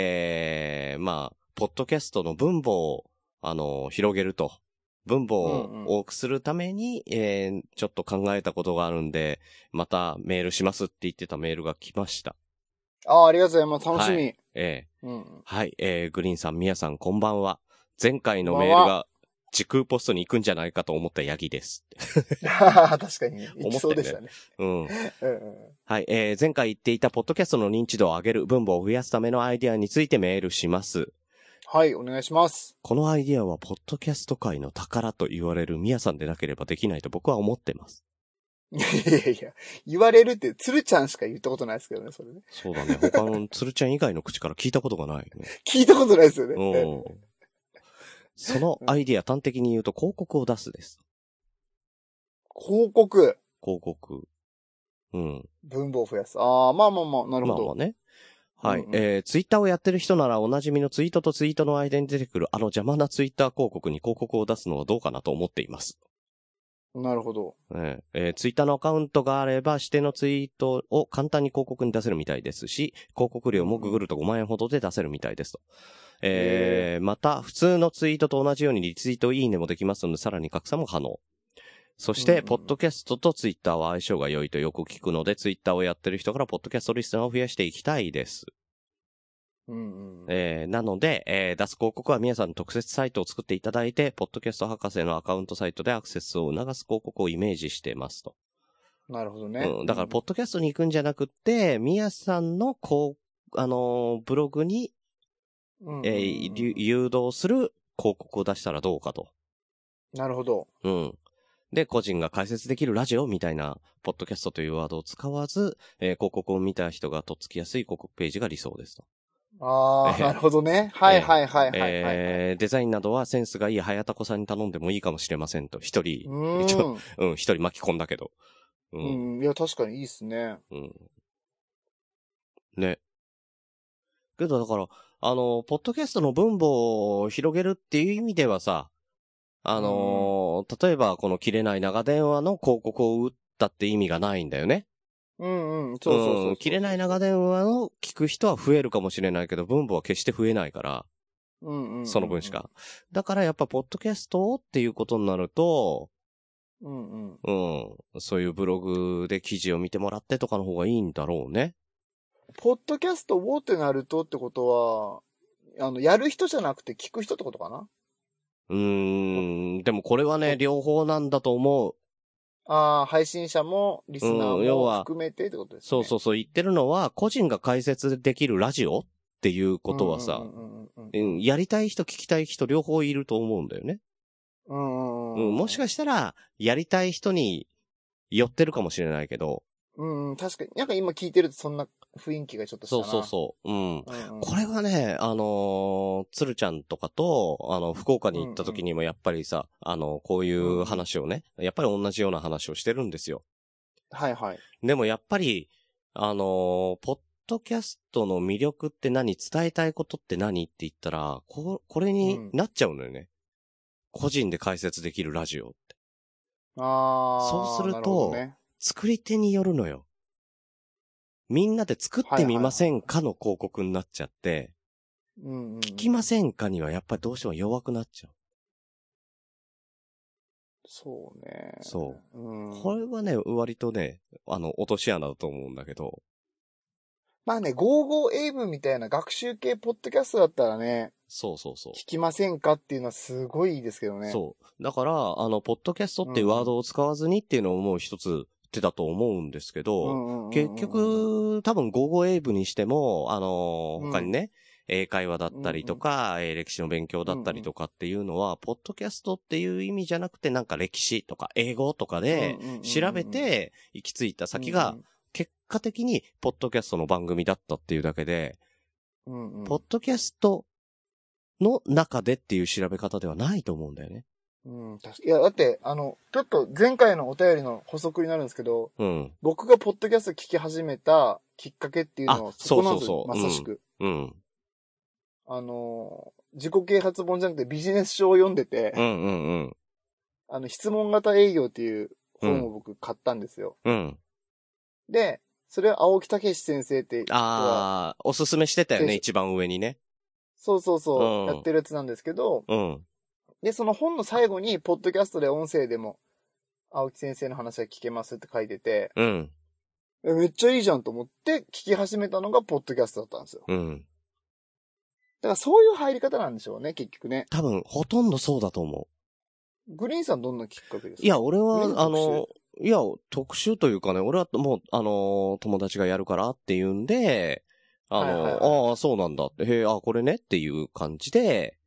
[SPEAKER 3] えーまあ、ポッドキャストの分母を、あの、広げると。分母
[SPEAKER 1] うんうん
[SPEAKER 3] を多くするために、えーちょっと考えたことがあるんで、またメールしますって言ってたメールが来ました。
[SPEAKER 1] あ、ありがとうございます。楽しみ。
[SPEAKER 3] はえ
[SPEAKER 1] うんうん。
[SPEAKER 3] ーはい、えーグリーンさん、ミヤさん、こんばんは。前回のメールが、時空ポストに行くんじゃないかと思ったヤギです。
[SPEAKER 1] [LAUGHS] 確かにね。
[SPEAKER 3] 思ったよね
[SPEAKER 1] いきそうでしたね。
[SPEAKER 3] うん。
[SPEAKER 1] うんうん
[SPEAKER 3] はい、えー前回言っていたポッドキャストの認知度を上げる分母を増やすためのアイディアについてメールします。
[SPEAKER 1] はい、お願いします。
[SPEAKER 3] このアイディアはポッドキャスト界の宝と言われるミヤさんでなければできないと僕は思ってます。
[SPEAKER 1] いやいやいや、言われるって、つるちゃんしか言ったことないですけどね、それね。
[SPEAKER 3] そうだね。他の鶴ちゃん以外の口から聞いたことがない、ね。
[SPEAKER 1] 聞いたことないですよね。
[SPEAKER 3] うん。そのアイディア端的に言うと広告を出すです。
[SPEAKER 1] 広告、
[SPEAKER 3] 広告。うん。
[SPEAKER 1] 文房を増やす。ああ、まあまあまあ、なる
[SPEAKER 3] ま
[SPEAKER 1] ほ
[SPEAKER 3] あまあ
[SPEAKER 1] ど。
[SPEAKER 3] ね。はい。
[SPEAKER 1] うんうん
[SPEAKER 3] えー、ツイッターをやってる人ならおなじみのツイートとツイートの間に出てくるあの邪魔なツイッター広告に広告を出すのはどうかなと思っています。
[SPEAKER 1] なるほど。
[SPEAKER 3] えええーツイッターのアカウントがあれば、指定のツイートを簡単に広告に出せるみたいですし、広告料もググると5万円ほどで出せるみたいですと。えーまた、普通のツイートと同じようにリツイートいいねもできますので、さらに拡散も可能。そし
[SPEAKER 1] うん
[SPEAKER 3] て、
[SPEAKER 1] うん
[SPEAKER 3] ポッドキャストとツイッターは相性が良いとよく聞くので、ツイッターをやってる人からポッドキャストリスナーを増やしていきたいです。
[SPEAKER 1] うんうん。
[SPEAKER 3] えーなので、えー出す広告は皆さん特設サイトを作っていただいて、ポッドキャスト博士のアカウントサイトでアクセスを促す広告をイメージしてますと。
[SPEAKER 1] なるほどね。
[SPEAKER 3] うん、だから、ポッドキャストに行くんじゃなくって、ミヤさんの、こう、あのーブログに、
[SPEAKER 1] うんうんうん
[SPEAKER 3] えーりゅ誘導する広告を出したらどうかと。
[SPEAKER 1] なるほど。
[SPEAKER 3] うん。で、個人が解説できるラジオみたいな、ポッドキャストというワードを使わず、えー広告を見た人がとっつきやすい広告ページが理想ですと。
[SPEAKER 1] ああ、
[SPEAKER 3] ええ
[SPEAKER 1] なるほどね。はいはいはいはいはい。
[SPEAKER 3] えーデザインなどはセンスがいい早田子さんに頼んでもいいかもしれませんと。一人、[LAUGHS]
[SPEAKER 1] う
[SPEAKER 3] ちょ
[SPEAKER 1] ん。
[SPEAKER 3] うん、一人巻き込んだけど。うん
[SPEAKER 1] うん。いや、確かにいいっすね。
[SPEAKER 3] うん。ね。けどだから、あの、ポッドキャストの分母を広げるっていう意味ではさ、あのー例えばこの切れない長電話の広告を打ったって意味がないんだよね。
[SPEAKER 1] うんうん。そうそうそうそう。
[SPEAKER 3] ん切れない長電話を聞く人は増えるかもしれないけど、分母は決して増えないから、
[SPEAKER 1] うんうんうんうん
[SPEAKER 3] その分しか。。だからやっぱポッドキャストをっていうことになると、
[SPEAKER 1] うんうん。
[SPEAKER 3] うん、そういうブログで記事を見てもらってとかの方がいいんだろうね。
[SPEAKER 1] ポッドキャストをってなるとってことは、あの、やる人じゃなくて聞く人ってことかな
[SPEAKER 3] うーん、でもこれはね、両方なんだと思う。
[SPEAKER 1] ああ、配信者も、リスナ
[SPEAKER 3] うん
[SPEAKER 1] ー
[SPEAKER 3] 要
[SPEAKER 1] も
[SPEAKER 3] は
[SPEAKER 1] 含めてってことですね。
[SPEAKER 3] そうそうそう、言ってるのは、個人が解説できるラジオっていうことはさ、
[SPEAKER 1] うんうんうんうん
[SPEAKER 3] うんやりたい人、聞きたい人、両方いると思うんだよね。
[SPEAKER 1] うんうん
[SPEAKER 3] うん、もしかしたら、やりたい人に寄ってるかもしれないけど、
[SPEAKER 1] うんうん、確かに。なんか今聞いてるとそんな雰囲気がちょっとした
[SPEAKER 3] そう
[SPEAKER 1] な。
[SPEAKER 3] そうそう、うん。
[SPEAKER 1] うんうん。
[SPEAKER 3] これはね、あのー、つるちゃんとかと、あの、福岡に行った時にもやっぱりさ、あの、こういう話をね、やっぱり同じような話をしてるんですよ。
[SPEAKER 1] はいはい。
[SPEAKER 3] でもやっぱり、あのーポッドキャストの魅力って何伝えたいことって何って言ったら、こ、これになっちゃうのよね。個人で解説できるラジオ。
[SPEAKER 1] ああ。
[SPEAKER 3] そうすると
[SPEAKER 1] なほどね、
[SPEAKER 3] 作り手によるのよ。みんなで作ってみませんかの広告になっちゃって、
[SPEAKER 1] うんうん、
[SPEAKER 3] 聞きませんかにはやっぱりどうしても弱くなっちゃう。
[SPEAKER 1] そうね。。
[SPEAKER 3] そう
[SPEAKER 1] うん、
[SPEAKER 3] これはね、割とね、あの、落とし穴だと思うんだけど。
[SPEAKER 1] まあね、55エイブみたいな学習系ポッドキャストだったらね、
[SPEAKER 3] そうそうそう。
[SPEAKER 1] 聞きませんかっていうのはすごいいいですけどね。
[SPEAKER 3] そう。だから、あの、ポッドキャストっていうワードを使わずにっていうのももう一つ手だと思うんですけど、
[SPEAKER 1] うんうんうんうん
[SPEAKER 3] 結、局、多分午後英文にしても、あのー
[SPEAKER 1] うん
[SPEAKER 3] 他にね、英会話だったりとか、えー歴史の勉強だったりとかっていうのは、ポッドキャストっていう意味じゃなくて、なんか歴史とか英語とかで
[SPEAKER 1] うんうんうんうん
[SPEAKER 3] 調べて行き着いた先が、結果的にポッドキャストの番組だったっていうだけで、
[SPEAKER 1] うんうん、うんうん
[SPEAKER 3] ポッドキャストの中でっていう調べ方ではないと思うんだよね。
[SPEAKER 1] うん、確かいや、だって、あの、ちょっと前回のお便りの補足になるんですけど、
[SPEAKER 3] うん。
[SPEAKER 1] 僕がポッドキャスト聞き始めたきっかけっていうのは、
[SPEAKER 3] あ
[SPEAKER 1] そこなんです
[SPEAKER 3] そ
[SPEAKER 1] よ
[SPEAKER 3] う、そう
[SPEAKER 1] ま
[SPEAKER 3] そう
[SPEAKER 1] さしく。
[SPEAKER 3] うん。
[SPEAKER 1] あのー、自己啓発本じゃなくてビジネス書を読んでて、
[SPEAKER 3] うんうんうん。
[SPEAKER 1] あの、質問型営業っていう本を僕買ったんですよ。
[SPEAKER 3] うん。
[SPEAKER 1] で、それは青木武先生って人が、
[SPEAKER 3] ああ、おすすめしてたよね、
[SPEAKER 1] で
[SPEAKER 3] 一番上にね。
[SPEAKER 1] そうそうそう、
[SPEAKER 3] うん
[SPEAKER 1] やってるやつなんですけど、
[SPEAKER 3] うん。
[SPEAKER 1] で、その本の最後に、ポッドキャストで音声でも、青木先生の話は聞けますって書いてて、
[SPEAKER 3] うん。
[SPEAKER 1] えめっちゃいいじゃんと思って聞き始めたのがポッドキャストだったんですよ。
[SPEAKER 3] うん。
[SPEAKER 1] だからそういう入り方なんでしょうね、結局ね。
[SPEAKER 3] 多分、ほとんどそうだと思
[SPEAKER 1] グリーンさんどんなきっかけ
[SPEAKER 3] う。
[SPEAKER 1] ですか
[SPEAKER 3] いや、、俺
[SPEAKER 1] うん
[SPEAKER 3] は、あの
[SPEAKER 1] 特、
[SPEAKER 3] いや、特集というかね、俺はもう、あの、友達がやるからっていうんで、あの、
[SPEAKER 1] はいはいは
[SPEAKER 3] ああ、そうなんだって、へえ、あこれねっていう感じで、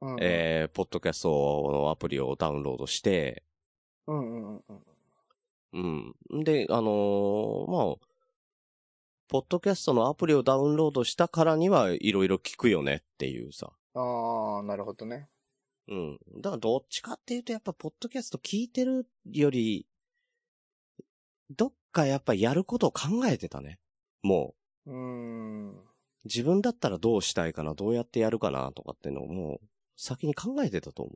[SPEAKER 1] うん、
[SPEAKER 3] えー、ポッドキャストのアプリをダウンロードして、
[SPEAKER 1] うんうんうんうん。
[SPEAKER 3] うん。で、あのーまあ、ポッドキャストのアプリをダウンロードしたからにはいろいろ聞くよねっていうさ。
[SPEAKER 1] あー、なるほどね。
[SPEAKER 3] うん。だからどっちかっていうとやっぱポッドキャスト聞いてるより、どっかやっぱやることを考えてたね。も
[SPEAKER 1] うーん。
[SPEAKER 3] う、自分だったらどうしたいかな、どうやってやるかなとかっていうのをもう、先に考えてたと思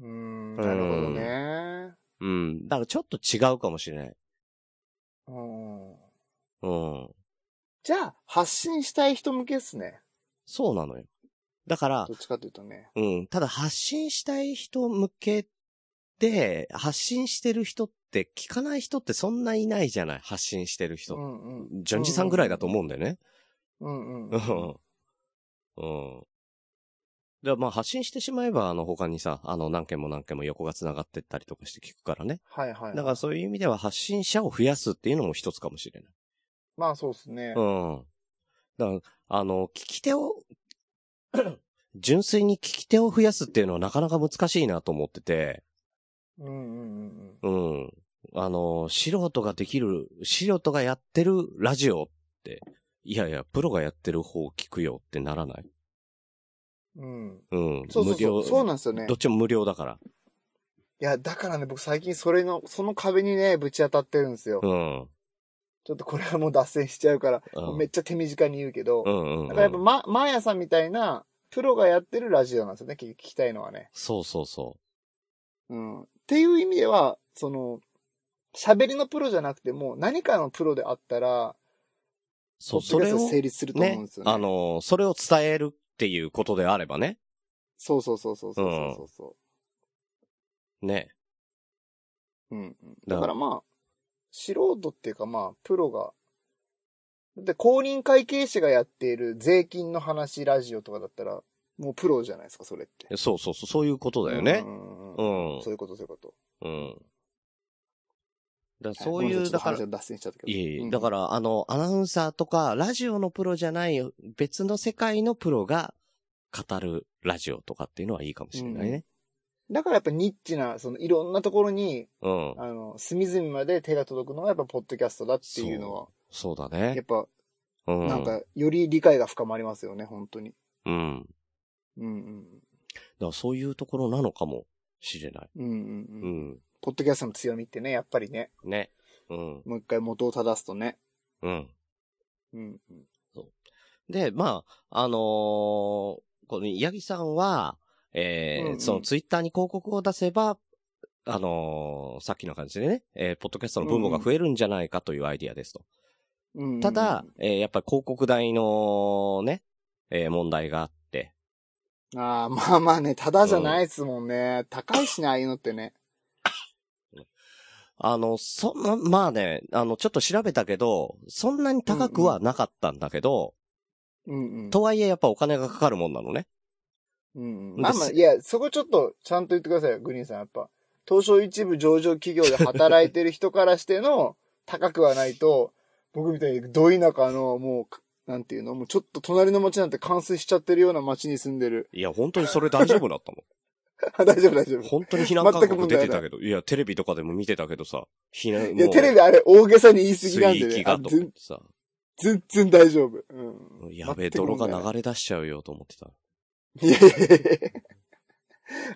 [SPEAKER 1] うーん、なるほどね。
[SPEAKER 3] う。うん。だからちょっと違うかもしれない。
[SPEAKER 1] うん。
[SPEAKER 3] うん。
[SPEAKER 1] じゃあ、発信したい人向けっすね。
[SPEAKER 3] そうなのよ。だから
[SPEAKER 1] ど、っちかというとね。
[SPEAKER 3] うん。ただ発信したい人向けで、発信してる人って聞かない人ってそんないないじゃない発信してる人。
[SPEAKER 1] んう
[SPEAKER 3] ジョンジさんぐらいだと思うんだよね。
[SPEAKER 1] うんうん。
[SPEAKER 3] [LAUGHS] うん。うん。で、まあ発信してしまえば、あの他にさ、あの何件も何件も横が繋がってったりとかして聞くからね。
[SPEAKER 1] はいはい。
[SPEAKER 3] だからそういう意味では発信者を増やすっていうのも一つかもしれない。
[SPEAKER 1] まあそうですね。
[SPEAKER 3] うん。だから、あの、聞き手を、 [CLEARS THROAT] 純粋に聞き手を増やすっていうのはなかなか難しいなと思ってて、
[SPEAKER 1] うんうんうん
[SPEAKER 3] うん。あの、素人ができる、素人がやってるラジオって、いやいや、プロがやってる方を聞くよってならない
[SPEAKER 1] うん。うん。
[SPEAKER 3] うん。
[SPEAKER 1] そうそう
[SPEAKER 3] 無料
[SPEAKER 1] そう。そうなんですよね
[SPEAKER 3] どっ。ちも無料だから。
[SPEAKER 1] いや、だからね、僕最近それの、その壁にね、ぶち当たってるんですよ。
[SPEAKER 3] うん。
[SPEAKER 1] ちょっとこれはもう脱線しちゃうから、
[SPEAKER 3] うん
[SPEAKER 1] めっちゃ手短に言うけど、
[SPEAKER 3] うんうん、うん。
[SPEAKER 1] だからやっぱ、ま、マーヤさんみたいな、プロがやってるラジオなんですよね、聞きたいのはね。
[SPEAKER 3] そうそうそ
[SPEAKER 1] うん。っていう意味では、その、喋りのプロじゃなくても、何かのプロであったら、
[SPEAKER 3] う。そう、
[SPEAKER 1] ポ
[SPEAKER 3] そ
[SPEAKER 1] ッドキ
[SPEAKER 3] れ
[SPEAKER 1] ャスト
[SPEAKER 3] を、
[SPEAKER 1] 成立すると思うん
[SPEAKER 3] ね
[SPEAKER 1] です、よね。
[SPEAKER 3] あの、それを伝えるっていうことであればね。
[SPEAKER 1] そうそうそうそうそうそうそ
[SPEAKER 3] ね。
[SPEAKER 1] う、うんうん
[SPEAKER 3] だ
[SPEAKER 1] だからまあ、素人っていうかまあ、プロが、だって公認会計士がやっている税金の話ラジオとかだったら、もうプロじゃないですか、それって。
[SPEAKER 3] そうそうそう、そういうことだよね
[SPEAKER 1] う。んうん
[SPEAKER 3] う
[SPEAKER 1] うん
[SPEAKER 3] ん。
[SPEAKER 1] そういうこと、そういうこと。
[SPEAKER 3] うん。だからそうい
[SPEAKER 1] は
[SPEAKER 3] う、だから
[SPEAKER 1] ごめんなさちょっと話、が脱線しちゃったけど。
[SPEAKER 3] いえい
[SPEAKER 1] うん
[SPEAKER 3] え、だから、あの、アナウンサーとか、ラジオのプロじゃない、別の世界のプロが語るラジオとかっていうのはいいかもしれないね。
[SPEAKER 1] だからやっぱニッチな、そのいろんなところに、
[SPEAKER 3] うん。
[SPEAKER 1] あの、隅々まで手が届くのがやっぱポッドキャストだっていうのは、
[SPEAKER 3] そうだ
[SPEAKER 1] やっ
[SPEAKER 3] ね。
[SPEAKER 1] ぱ
[SPEAKER 3] うん。
[SPEAKER 1] なんかより理解が深まりますよね、本当に。
[SPEAKER 3] うん。
[SPEAKER 1] うんうん。
[SPEAKER 3] だからそういうところなのかもしれない。
[SPEAKER 1] うんうん
[SPEAKER 3] う
[SPEAKER 1] うん。
[SPEAKER 3] ん。
[SPEAKER 1] ポッドキャストの強みってね、やっぱりね、
[SPEAKER 3] ね。うん。
[SPEAKER 1] もう一回元を正すとね。
[SPEAKER 3] うん。
[SPEAKER 1] うんうん。
[SPEAKER 3] で、まあ、あのーこの、八木さんは、えー
[SPEAKER 1] うんうん
[SPEAKER 3] そのツイッターに広告を出せば、あのーさっきの感じでね、えーポッドキャストの分母が増えるんじゃないかというアイディアですと。
[SPEAKER 1] うんうんうん
[SPEAKER 3] ただ、、えーやっぱり広告代のね、えー問題があって、
[SPEAKER 1] ああ、まあまあね、ただじゃないですもんね。高いしね、ああいうのってね。
[SPEAKER 3] あの、そんな、まあね、あの、ちょっと調べたけど、そんなに高くはなかったんだけど、
[SPEAKER 1] うんうん。
[SPEAKER 3] とはいえやっぱお金がかかるもんなのね。
[SPEAKER 1] うんう
[SPEAKER 3] で
[SPEAKER 1] ん。あんま、いや、そこちょっと、ちゃんと言ってくださいよ、グリーンさん。やっぱ、東証一部上場企業で働いてる人からしての、高くはないと、僕みたいに、ど田舎の、もう、なんていうのもうちょっと隣の町なんて冠水しちゃってるような町に住んでる。 [LAUGHS]
[SPEAKER 3] いや、本当にそれ大丈夫 [LAUGHS] だったの。
[SPEAKER 1] あ大丈夫大丈夫。
[SPEAKER 3] 本当に避難勧告出てたけど、いや、テレビとかでも見てたけどさ、避難、
[SPEAKER 1] いや、
[SPEAKER 3] もう
[SPEAKER 1] テレビあれ大げさに言い過ぎ
[SPEAKER 3] 水
[SPEAKER 1] なんでね
[SPEAKER 3] 域。が
[SPEAKER 1] あ
[SPEAKER 3] と思っ
[SPEAKER 1] 全
[SPEAKER 3] てさ、
[SPEAKER 1] 全然大丈夫。うん。
[SPEAKER 3] やべえ、
[SPEAKER 1] 全く
[SPEAKER 3] 泥
[SPEAKER 1] 問
[SPEAKER 3] が
[SPEAKER 1] 題ない
[SPEAKER 3] 流れ出しちゃうよと思ってた。
[SPEAKER 1] いやいやいやいや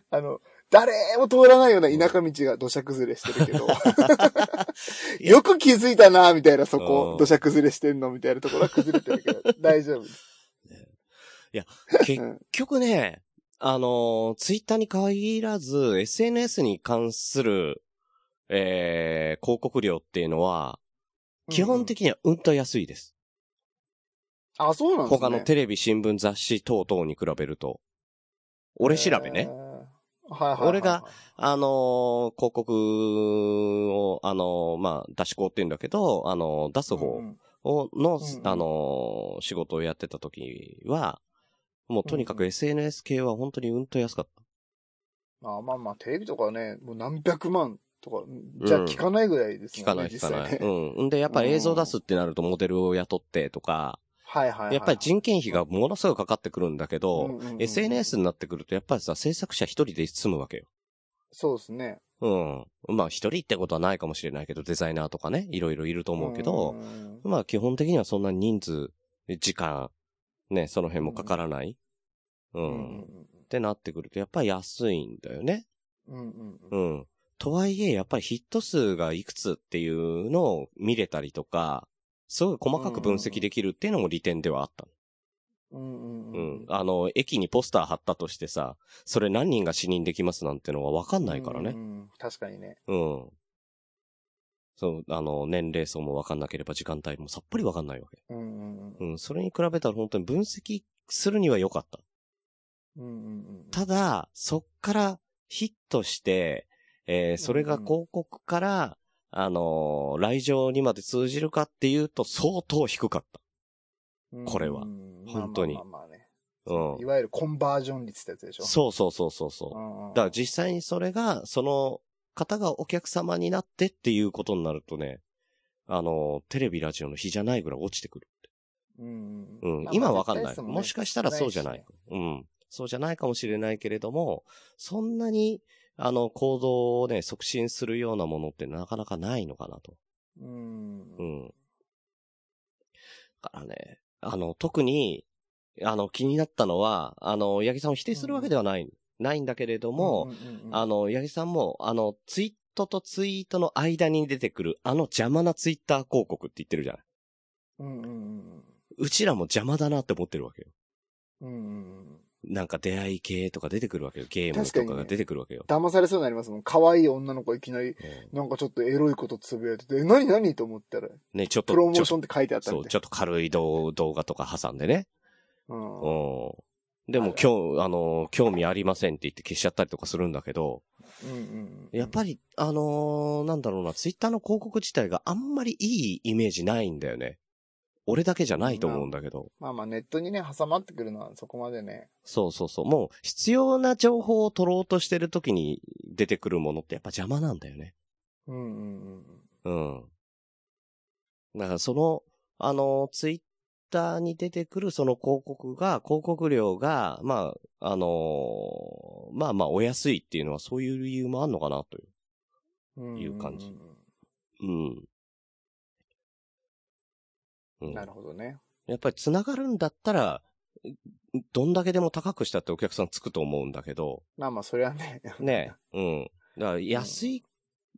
[SPEAKER 1] [LAUGHS] あの、誰も通らないような田舎道が土砂崩れしてる
[SPEAKER 3] [LAUGHS]
[SPEAKER 1] けど。よく気づいたな、みたいな、そ
[SPEAKER 3] うん
[SPEAKER 1] こ、土砂崩れしてんの、みたいなところは崩れてる
[SPEAKER 3] [LAUGHS]
[SPEAKER 1] けど、大丈夫です。
[SPEAKER 3] 結局ね、あのーツイッターに限らず、SNS に関する、えー、広告料っていうのは、基本的にはうんと安いです。
[SPEAKER 1] うんうん。あ、そうなんですね。
[SPEAKER 3] 他のテレビ、新聞、雑誌等々に比べると。
[SPEAKER 1] こ
[SPEAKER 3] 俺調べね。。
[SPEAKER 1] はいはいはいはい。
[SPEAKER 3] 俺があのー広告を、あのーまあ、出し子って言うんだけど、あのー出す
[SPEAKER 1] う
[SPEAKER 3] 方
[SPEAKER 1] ん
[SPEAKER 3] を、の、
[SPEAKER 1] うんうん
[SPEAKER 3] あのー仕事をやってた時は、もうとにか
[SPEAKER 1] うん
[SPEAKER 3] く SNS 系は本当にうんと安かった。
[SPEAKER 1] まあまあまあ、テレビとかね、もう何百万とか、じゃあ聞かないぐらいです
[SPEAKER 3] 聞
[SPEAKER 1] も
[SPEAKER 3] か
[SPEAKER 1] んね、
[SPEAKER 3] ない聞
[SPEAKER 1] 実
[SPEAKER 3] か
[SPEAKER 1] 際
[SPEAKER 3] ない。
[SPEAKER 1] ね。
[SPEAKER 3] うん。んで、やっぱ映像出すってなるとモデルを雇ってとか、
[SPEAKER 1] [LAUGHS] はいはいはい。
[SPEAKER 3] やっぱり人件費がものすごいかかってくるんだけ
[SPEAKER 1] うん
[SPEAKER 3] ど
[SPEAKER 1] うんう、ん
[SPEAKER 3] SNS になってくるとやっぱりさ、制作者一人で済むわけよ。
[SPEAKER 1] そうですね。
[SPEAKER 3] うん。まあ一人ってことはないかもしれないけど、デザイナーとかね、いろいろいると思うけど、
[SPEAKER 1] ん
[SPEAKER 3] まあ基本的にはそんな人数、時間、ね、その辺もかからない。う。
[SPEAKER 1] うん
[SPEAKER 3] っ
[SPEAKER 1] ん
[SPEAKER 3] てなってくるとやっぱり安いんだよね。
[SPEAKER 1] うんうんう
[SPEAKER 3] うんん。とはいえ、やっぱりヒット数がいくつっていうのを見れたりとか、すごい細かく分析できるっていうのも利点ではあった
[SPEAKER 1] うん
[SPEAKER 3] の。
[SPEAKER 1] うんう
[SPEAKER 3] うんん。あの、駅にポスター貼ったとしてさ、それ何人が死人できますなんてのはわかんないから
[SPEAKER 1] うん
[SPEAKER 3] ね。
[SPEAKER 1] うんうん。確かにね。
[SPEAKER 3] うん。そう、あの、年齢層もわかんなければ時間帯もさっぱりわかんないわけ。
[SPEAKER 1] うんうんうん
[SPEAKER 3] うん。それに比べたら本当に分析するには良かった。
[SPEAKER 1] うんうんうん。
[SPEAKER 3] ただ、そっからヒットして、えーそれが広告から、あのー来場にまで通じるかっていうと相当低かっこれは
[SPEAKER 1] うん
[SPEAKER 3] 本当に
[SPEAKER 1] まあまあまあまあね。
[SPEAKER 3] た。うん
[SPEAKER 1] い。わゆるコンバージョン率ってやつでしょ。
[SPEAKER 3] そうそうそうそうそう。
[SPEAKER 1] んん
[SPEAKER 3] だから実際にそれが、その方がお客様になってっていうことになるとね、あのーテレビラジオの比じゃないぐらい落ちてくる。
[SPEAKER 1] うん
[SPEAKER 3] うん。
[SPEAKER 1] まあ
[SPEAKER 3] 今
[SPEAKER 1] まあ
[SPEAKER 3] わかん
[SPEAKER 1] 絶
[SPEAKER 3] な
[SPEAKER 1] 対
[SPEAKER 3] い。
[SPEAKER 1] ですんね
[SPEAKER 3] もしかしたらそうじゃない。うん。そうじゃないかもしれないけれども、そんなに、あの、行動をね、促進するようなものってなかなかないのかなと。
[SPEAKER 1] うん。
[SPEAKER 3] うん。だからね、あの、特に、あの、気になったのは、あの、八木さんを否定するわけではない、ないんだけれども、
[SPEAKER 1] うん
[SPEAKER 3] あ、の、八木さんも、あの、ツイートとツイートの間に出てくる、あの邪魔なツイッター広告って言ってるじゃない。
[SPEAKER 1] うんうんうん
[SPEAKER 3] うちらも邪魔だなって思ってるわけよ。
[SPEAKER 1] うん。うんうんうん。
[SPEAKER 3] なんか出会い系とか出てくるわけよ。ゲームと
[SPEAKER 1] 確
[SPEAKER 3] か
[SPEAKER 1] かに
[SPEAKER 3] が
[SPEAKER 1] ね
[SPEAKER 3] 出てくるわけよ。
[SPEAKER 1] 騙されそうになりますもん。可愛い女の子いきなり、
[SPEAKER 3] うん
[SPEAKER 1] なんかちょっとエロいことつぶやいてて、え何何と思ったら、
[SPEAKER 3] ね、ちょっと、
[SPEAKER 1] プロモー
[SPEAKER 3] ち
[SPEAKER 1] シ
[SPEAKER 3] ょ
[SPEAKER 1] ョン
[SPEAKER 3] っ
[SPEAKER 1] って書いてあっ
[SPEAKER 3] と
[SPEAKER 1] た
[SPEAKER 3] そ
[SPEAKER 1] ん
[SPEAKER 3] う、
[SPEAKER 1] で
[SPEAKER 3] ち。ょっと軽い動動画とか挟んでね。
[SPEAKER 1] うん
[SPEAKER 3] うん。でも
[SPEAKER 1] ある
[SPEAKER 3] 今日、あの、興味ありませんって言って消しちゃったりとかするんだけど、
[SPEAKER 1] うんうんうん。
[SPEAKER 3] やっぱり、あのーなんだろうな、ツイッターの広告自体があんまりいいイメージないんだよね。俺だけじゃないと思うんだけど。
[SPEAKER 1] まあまあネットにね、挟まってくるのはそこまでね。
[SPEAKER 3] そうそうそう。もう、必要な情報を取ろうとしてる時に出てくるものってやっぱ邪魔なんだよね。
[SPEAKER 1] うんうんうんうん。
[SPEAKER 3] うん。だからその、あの、ツイッターに出てくるその広告が、広告料が、まあ、あのまあまあお安いっていうのはそういう理由もあんのかなという。いう感じ
[SPEAKER 1] んん
[SPEAKER 3] うん。う
[SPEAKER 1] うん。
[SPEAKER 3] ん
[SPEAKER 1] な、るほどね。
[SPEAKER 3] やっぱり繋がるんだったら、どんだけでも高くしたってお客さんつくと思うんだけど、
[SPEAKER 1] まあまあ、それはね。
[SPEAKER 3] ね。うん。だから安い、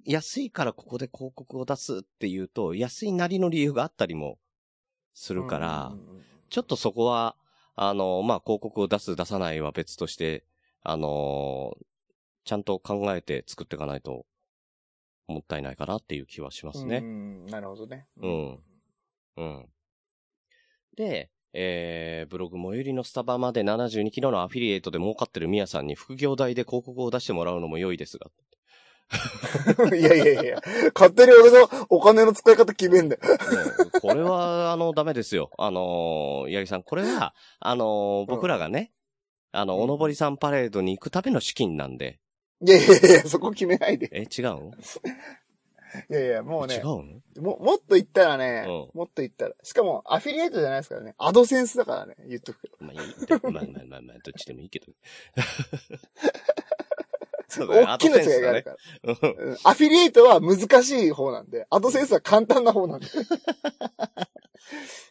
[SPEAKER 3] 安いからここで広告を出すっていうと、安いなりの理由があったりもす
[SPEAKER 1] す
[SPEAKER 3] るから、ち
[SPEAKER 1] ょ
[SPEAKER 3] ょっとそこは、あの、まあ、広告を出す、出さないは別として、あのちゃんと考えて作っていかないと、もったいないかなっていう気はしま
[SPEAKER 1] っ
[SPEAKER 3] す
[SPEAKER 1] う
[SPEAKER 3] ね。
[SPEAKER 1] ん、なるほどね。
[SPEAKER 3] うんうん。で、えー、ブログ最寄りのスタバまで72キロのアフィリエイトで儲かってるミヤさんに副業代で広告を出してもらうのも良いですが。
[SPEAKER 1] [LAUGHS] いやいやいや、勝手に俺のお金の使い方決めんだよ。
[SPEAKER 3] これは、あの、ダメですよ。あのー、八木さん、これは、あのー、僕らがね、あの、おのぼりさんパレードに行くための資金なんで。
[SPEAKER 1] いやいやいや、そこ決めないで。
[SPEAKER 3] え、違うの
[SPEAKER 1] いやいや、もうね
[SPEAKER 3] 違、う
[SPEAKER 1] も、もっと言ったらね、
[SPEAKER 3] う
[SPEAKER 1] もっと言ったら。しかも、アフィリエイトじゃないですからね。アドセンスだからね、言っとくけど。
[SPEAKER 3] のまあ、いいってまあまあまあまあ、どっちでもい
[SPEAKER 1] [LAUGHS]
[SPEAKER 3] いけど。そうだね、
[SPEAKER 1] 大きな違いがあるから。
[SPEAKER 3] アドセンスだね。
[SPEAKER 1] うんアフィリエイトは難しい方なんで、アドセンスは簡単な方なんで。
[SPEAKER 3] うん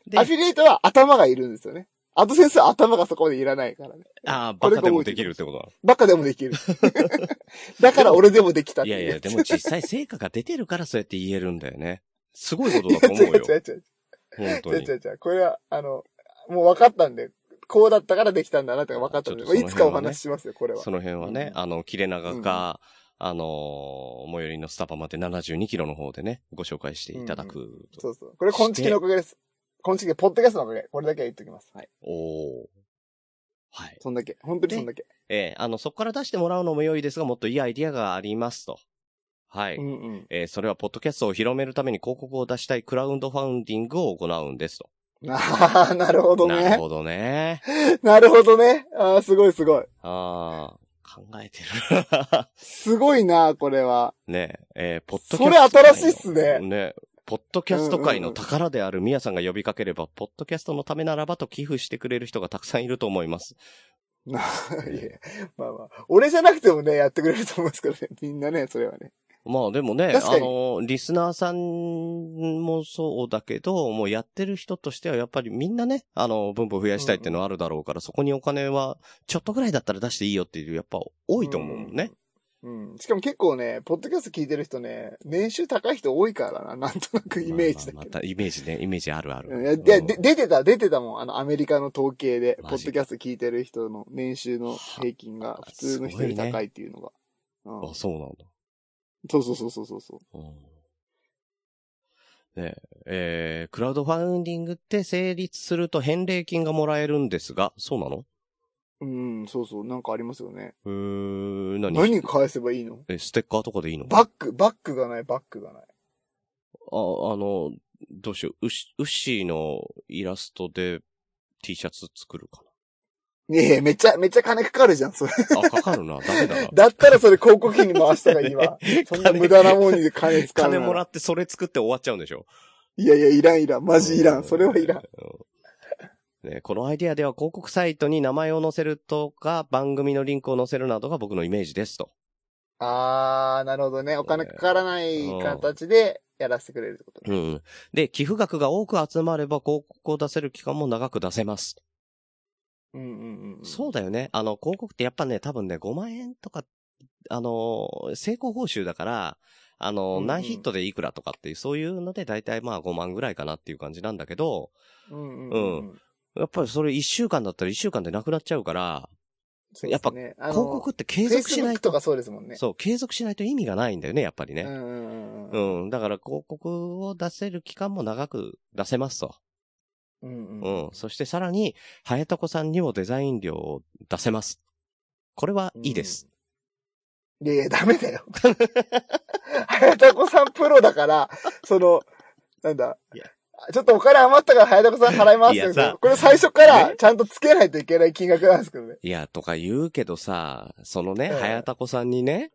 [SPEAKER 3] で
[SPEAKER 1] アフィリエイトは頭がいるんですよね。アドセンスは頭がそこまでいらないからね。
[SPEAKER 3] ああ、
[SPEAKER 1] こ
[SPEAKER 3] バ
[SPEAKER 1] れ
[SPEAKER 3] カ
[SPEAKER 1] が
[SPEAKER 3] でもできるってことなの
[SPEAKER 1] バカでも
[SPEAKER 3] [LAUGHS]
[SPEAKER 1] できる。だから俺でもできたって
[SPEAKER 3] い
[SPEAKER 1] いう。
[SPEAKER 3] やいや、でも実際成果が出てるからそうやって言えるんだよね。すごいこと
[SPEAKER 1] いや
[SPEAKER 3] だと思う
[SPEAKER 1] [LAUGHS] 違う
[SPEAKER 3] よ。
[SPEAKER 1] 違う違う。
[SPEAKER 3] 本当
[SPEAKER 1] 違う
[SPEAKER 3] に。
[SPEAKER 1] 違う違う。これは、あの、もう分かったんで、こうだったからできたんだなって分かったんで、
[SPEAKER 3] ちょっとその辺はね
[SPEAKER 1] いつかお話ししますよ、これは。
[SPEAKER 3] その辺はね、
[SPEAKER 1] うん
[SPEAKER 3] あの、切れ長か、あのー最寄りのスタバまで72キロの方でね、ご紹介していただく。
[SPEAKER 1] そうそう。これ、昆虫のおかげです。昆虫ポッドキャストのおかげ。これだけは言っときます。はい。
[SPEAKER 3] おーはい。
[SPEAKER 1] そんだけ。本当にそんだけ。
[SPEAKER 3] えーあの、そこから出してもらうのも良いですが、もっといいアイディアがありますと。はい。
[SPEAKER 1] うんうん。
[SPEAKER 3] えーそれは、ポッドキャストを広めるために広告を出したいクラウドファウンディングを行うんですと。
[SPEAKER 1] [LAUGHS] ああ、なるほど
[SPEAKER 3] なる
[SPEAKER 1] ね。
[SPEAKER 3] ほどね。
[SPEAKER 1] なるほどね。ああ、すごいすごい。
[SPEAKER 3] ああ、考えてる。 [LAUGHS]
[SPEAKER 1] すごいな、これは。
[SPEAKER 3] ねえ、えーポッド
[SPEAKER 1] それ新しいっすね
[SPEAKER 3] ね。ポッドキャスト界の宝であるミヤさんが呼びかければ、ポッドキャストのためならばと寄付してくれる人がたくさんいると思います。
[SPEAKER 1] いやまあまあ。俺じゃなくてもね、やってくれると思うんですけどね。みんなね、それはね。
[SPEAKER 3] まあでもね、あ
[SPEAKER 1] 確かに
[SPEAKER 3] の、リスナーさんもそうだけど、もうやってる人としてはやっぱりみんなね、あの、分母増やしたいっていうのはあるだろうから、そこにお金はちょっとぐらいだったら出していいよっていう、やっぱ多いと思うもんね。
[SPEAKER 1] うん。しかも結構ね、ポッドキャスト聞いてる人ね、年収高い人多いからな。なんとなくイメージだ
[SPEAKER 3] まあまあ
[SPEAKER 1] け
[SPEAKER 3] また
[SPEAKER 1] ど。
[SPEAKER 3] イメージね、イメージあるあ
[SPEAKER 1] う
[SPEAKER 3] る。
[SPEAKER 1] んいやで
[SPEAKER 3] うん
[SPEAKER 1] で出てた、出てたもん。あの、アメリカの統計で、
[SPEAKER 3] マ
[SPEAKER 1] ポッド
[SPEAKER 3] ジ
[SPEAKER 1] キャスト聞いてる人の年収の平均が普通の人より高いっていうのが。うん
[SPEAKER 3] あ、そうなんだ。
[SPEAKER 1] そうそうそうそうそうそう。
[SPEAKER 3] うんねえークラウドファウンディングって成立すると返礼金がもらえるんですが、そうなの
[SPEAKER 1] うん、そうそう、なんかありますよね。
[SPEAKER 3] うーん、何
[SPEAKER 1] 何返せばいいの
[SPEAKER 3] え、ステッカーとかでいいのあ、
[SPEAKER 1] バック、バックがない、バックがない。
[SPEAKER 3] あの、どうしよう。ウッシウッシーのイラストで T シャツ作るか
[SPEAKER 1] ねえ、めっちゃ、めっちゃ金かかるじゃん、それ。
[SPEAKER 3] な。あ、かかるな。ダメ
[SPEAKER 1] [LAUGHS]
[SPEAKER 3] だな。
[SPEAKER 1] だったらそれ広告費に回したがい
[SPEAKER 3] [LAUGHS]
[SPEAKER 1] いわ。そんな無駄なもんに金使うな
[SPEAKER 3] 金
[SPEAKER 1] ら。
[SPEAKER 3] もらってそれ作って終わっちゃうんでしょ
[SPEAKER 1] いやいや、いらんいらん。マジいらん。それはいらん。
[SPEAKER 3] うん。ね、このアイディアでは広告サイトに名前を載せるとか、番組のリンクを載せるなどが僕のイメージですと。
[SPEAKER 1] あー、なるほどね。お金かからない形でやらせてくれるってこと
[SPEAKER 3] う
[SPEAKER 1] ね。
[SPEAKER 3] ん。で、寄付額が多く集まれば広告を出せる期間も長く出せます。
[SPEAKER 1] うんうんうん。
[SPEAKER 3] そうだよね。あの、広告ってやっぱね、多分ね、5万円とか、あの、成功報酬だから、あの、
[SPEAKER 1] うんうん
[SPEAKER 3] 何ヒットでいくらとかっていう、そういうので、だいたいまあ5万ぐらいかなっていう感じなんだけど、
[SPEAKER 1] うんうんうん。
[SPEAKER 3] やっぱりそれ1週間だったら1週間でなくなっちゃうから、
[SPEAKER 1] そうですね、
[SPEAKER 3] 広
[SPEAKER 1] 広
[SPEAKER 3] 告って継続しないと、
[SPEAKER 1] とかそうですもんね。
[SPEAKER 3] そう、継続しないと意味がないんだよね、やっぱり
[SPEAKER 1] うん
[SPEAKER 3] ね。
[SPEAKER 1] うんう
[SPEAKER 3] う
[SPEAKER 1] んうん。
[SPEAKER 3] ん。だから広告を出せる期間も長く出せますと。
[SPEAKER 1] うんうん。
[SPEAKER 3] うん。そしてさらに、はやたこさんにもデザイン料を出せます。これはいいです。
[SPEAKER 1] いやいや、ダメだよ。早田子さんプロだから、その、なんだ
[SPEAKER 3] いや。
[SPEAKER 1] ちょっとお金余ったから早田子さん払います
[SPEAKER 3] い
[SPEAKER 1] け
[SPEAKER 3] や
[SPEAKER 1] ど
[SPEAKER 3] さ、
[SPEAKER 1] これ最初から
[SPEAKER 3] ね
[SPEAKER 1] ちゃんとつけないといけない金額なんですけどね。
[SPEAKER 3] いや、とか言うけどさ、そのね、
[SPEAKER 1] ええ
[SPEAKER 3] はやたこさんにね、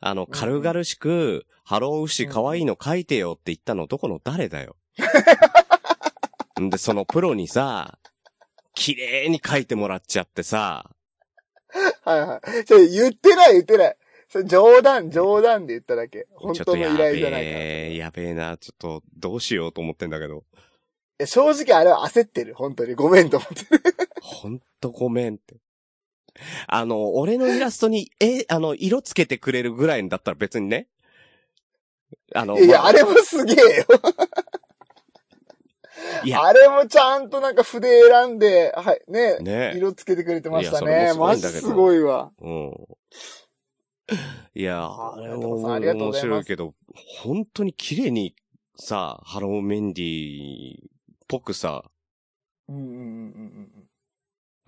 [SPEAKER 3] あの、軽々しく、ハローウシ可愛いの書いてよって言ったのどこの誰だ
[SPEAKER 1] [LAUGHS]
[SPEAKER 3] よ。んで、そのプロにさ、綺麗に書いてもらっちゃってさ、
[SPEAKER 1] はいはい。ちょ、言ってない言ってない。それ冗談、冗談で言っただけ。本
[SPEAKER 3] ちょっ
[SPEAKER 1] 当
[SPEAKER 3] と
[SPEAKER 1] の
[SPEAKER 3] や
[SPEAKER 1] 依頼じゃないから。
[SPEAKER 3] べえ、
[SPEAKER 1] い
[SPEAKER 3] やべえな、ちょっと、どうしようと思ってんだけど。
[SPEAKER 1] や正直あれは焦ってる。本当に。ごめんと思ってる。
[SPEAKER 3] ほんとごめんって。あの、俺のイラストに、え、あの、色つけてくれるぐらいだったら別にね。あの、
[SPEAKER 1] いやいや、
[SPEAKER 3] ま
[SPEAKER 1] あれもすげえよ。
[SPEAKER 3] いや
[SPEAKER 1] あれもちゃんとなんか筆選んで、はい、ね、
[SPEAKER 3] ね
[SPEAKER 1] 色つけてくれてました
[SPEAKER 3] いや
[SPEAKER 1] ね。
[SPEAKER 3] それも
[SPEAKER 1] マ
[SPEAKER 3] すごいん
[SPEAKER 1] ジ
[SPEAKER 3] だけど
[SPEAKER 1] すごいわ。
[SPEAKER 3] うん。いや、あれも
[SPEAKER 1] ありがとうご
[SPEAKER 3] 面
[SPEAKER 1] ざい
[SPEAKER 3] 白
[SPEAKER 1] ます
[SPEAKER 3] いけど、本当に綺麗にさ、ハローメンディっぽくさ、
[SPEAKER 1] うんうんうんうんうん。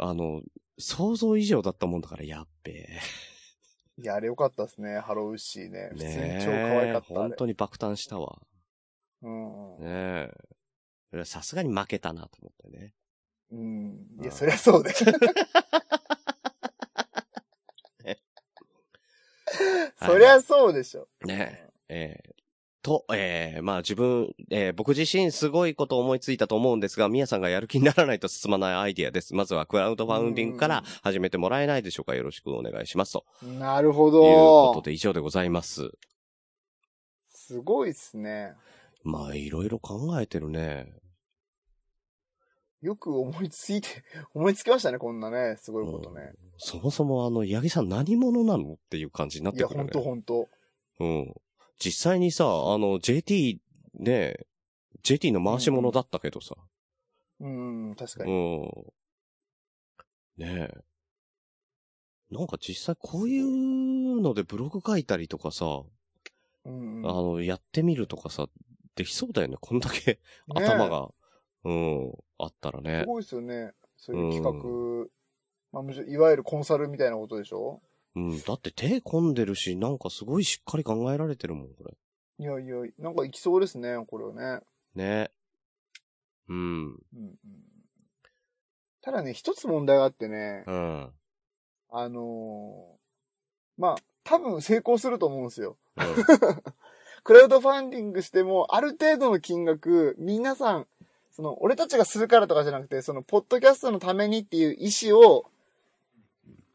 [SPEAKER 3] あの、想像以上だったもんだから、やっべえ。
[SPEAKER 1] いや、あれ良かったですね。ハローウッシーね。普通
[SPEAKER 3] ね
[SPEAKER 1] に
[SPEAKER 3] え。
[SPEAKER 1] 超可愛かった。あ
[SPEAKER 3] 本
[SPEAKER 1] れ
[SPEAKER 3] 当に爆誕したわ。
[SPEAKER 1] うん
[SPEAKER 3] ね
[SPEAKER 1] うん。
[SPEAKER 3] え。さすがに負けたなと思ってね。
[SPEAKER 1] うん。いや、そりゃそうだよ。 [LAUGHS] そりゃそうでしょ。
[SPEAKER 3] ねえ。えーと、えーまあ自分、えー僕自身すごいことを思いついたと思うんですが、みやさんがやる気にならないと進まないアイディアです。まずはクラウドファウンディングから始めてもらえないでしょうかよろしくお願いします。と
[SPEAKER 1] なるほ
[SPEAKER 3] いうこと
[SPEAKER 1] ど。
[SPEAKER 3] で以上でございます。
[SPEAKER 1] すごいっすね。
[SPEAKER 3] まあいろいろ考えてるね。
[SPEAKER 1] よく思いついて、 [LAUGHS] 思いつきましたね、こんなね。すごいことね。
[SPEAKER 3] そもそもあの、八木さん何者なのっていう感じになっ
[SPEAKER 1] い
[SPEAKER 3] て
[SPEAKER 1] や、
[SPEAKER 3] くる
[SPEAKER 1] ほ
[SPEAKER 3] ね
[SPEAKER 1] ん。とほんと。
[SPEAKER 3] うん。実際にさ、あの、JT ね、JT の回し者だったけどさ。
[SPEAKER 1] うん、確か
[SPEAKER 3] う
[SPEAKER 1] に。
[SPEAKER 3] ん。ねえ。なんか実際こういうのでブログ書いたりとかさ、
[SPEAKER 1] うん
[SPEAKER 3] あ
[SPEAKER 1] うん、
[SPEAKER 3] の、やってみるとかさ、できそうだよね。こんだけ
[SPEAKER 1] ねえ
[SPEAKER 3] 頭。が、うん、あったらね
[SPEAKER 1] す。ごいですよね。そういう企画。まあ、むしろいわゆるコンサルみたいなことでしょ
[SPEAKER 3] うん、だって手込んでるし、なんかすごいしっかり考えられてるもん、これ。
[SPEAKER 1] いやいや、なんかいきそうですね、これはね。
[SPEAKER 3] ねえ。うん、
[SPEAKER 1] うんうん、ただね、一つ問題があってね、
[SPEAKER 3] うん。
[SPEAKER 1] あのーまあ、多分成功すると思うんですよ。クラウドファンディングしても、ある程度の金額、皆さん、その、俺たちがするからとかじゃなくて、その、ポッドキャストのためにっていう意思を、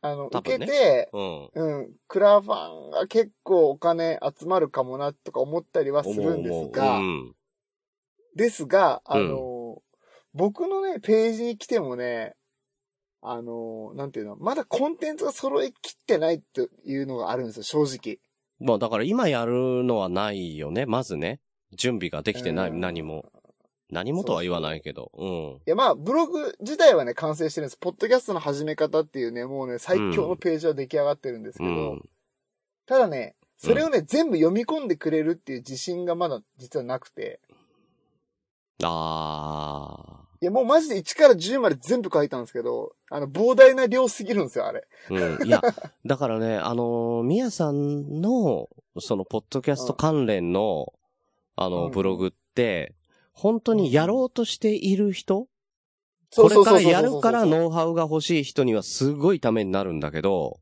[SPEAKER 1] あの、
[SPEAKER 3] 多
[SPEAKER 1] 受
[SPEAKER 3] 分
[SPEAKER 1] け
[SPEAKER 3] ね
[SPEAKER 1] て、
[SPEAKER 3] うん。
[SPEAKER 1] うん、クラファンが結構お金集まるかもなとか思ったりは [LAUGHS] するんですが、
[SPEAKER 3] うん。
[SPEAKER 1] ですが、あの、僕のね、ページに来てもね、あの、なんていうの、まだコンテンツが揃いきってないっていうのがあるんですよ、正直。
[SPEAKER 3] まあだから今やるのはないよね、まずね。準備ができてない、
[SPEAKER 1] うん
[SPEAKER 3] 何も。何もとは言わないけど。うん。
[SPEAKER 1] いや、まあ、ブログ自体はね、完成してるんです。ポッドキャストの始め方っていうね、もうね、最強のページは出来上がってるんですけ
[SPEAKER 3] う
[SPEAKER 1] ど、
[SPEAKER 3] ん。
[SPEAKER 1] ただね、それをね、全部読み込んでくれるっていう自信がまだ実はなくて、
[SPEAKER 3] あ
[SPEAKER 1] いや、もうマジで1から10まで全部書いたんですけど、あの、膨大な量すぎるんですよ、あれ。
[SPEAKER 3] ー。うん。い
[SPEAKER 1] [LAUGHS]
[SPEAKER 3] や、だからね、あのー、みやさんの、その、ポッドキャスト関連の、あ
[SPEAKER 1] う
[SPEAKER 3] の、
[SPEAKER 1] ん
[SPEAKER 3] ブログって、本当にやろうとしている人、
[SPEAKER 1] そう
[SPEAKER 3] こ
[SPEAKER 1] そ
[SPEAKER 3] れ
[SPEAKER 1] う
[SPEAKER 3] か
[SPEAKER 1] そ
[SPEAKER 3] ら
[SPEAKER 1] うそうそう
[SPEAKER 3] やるから。ノウハウが欲しい人にはすごいためになるんだけど、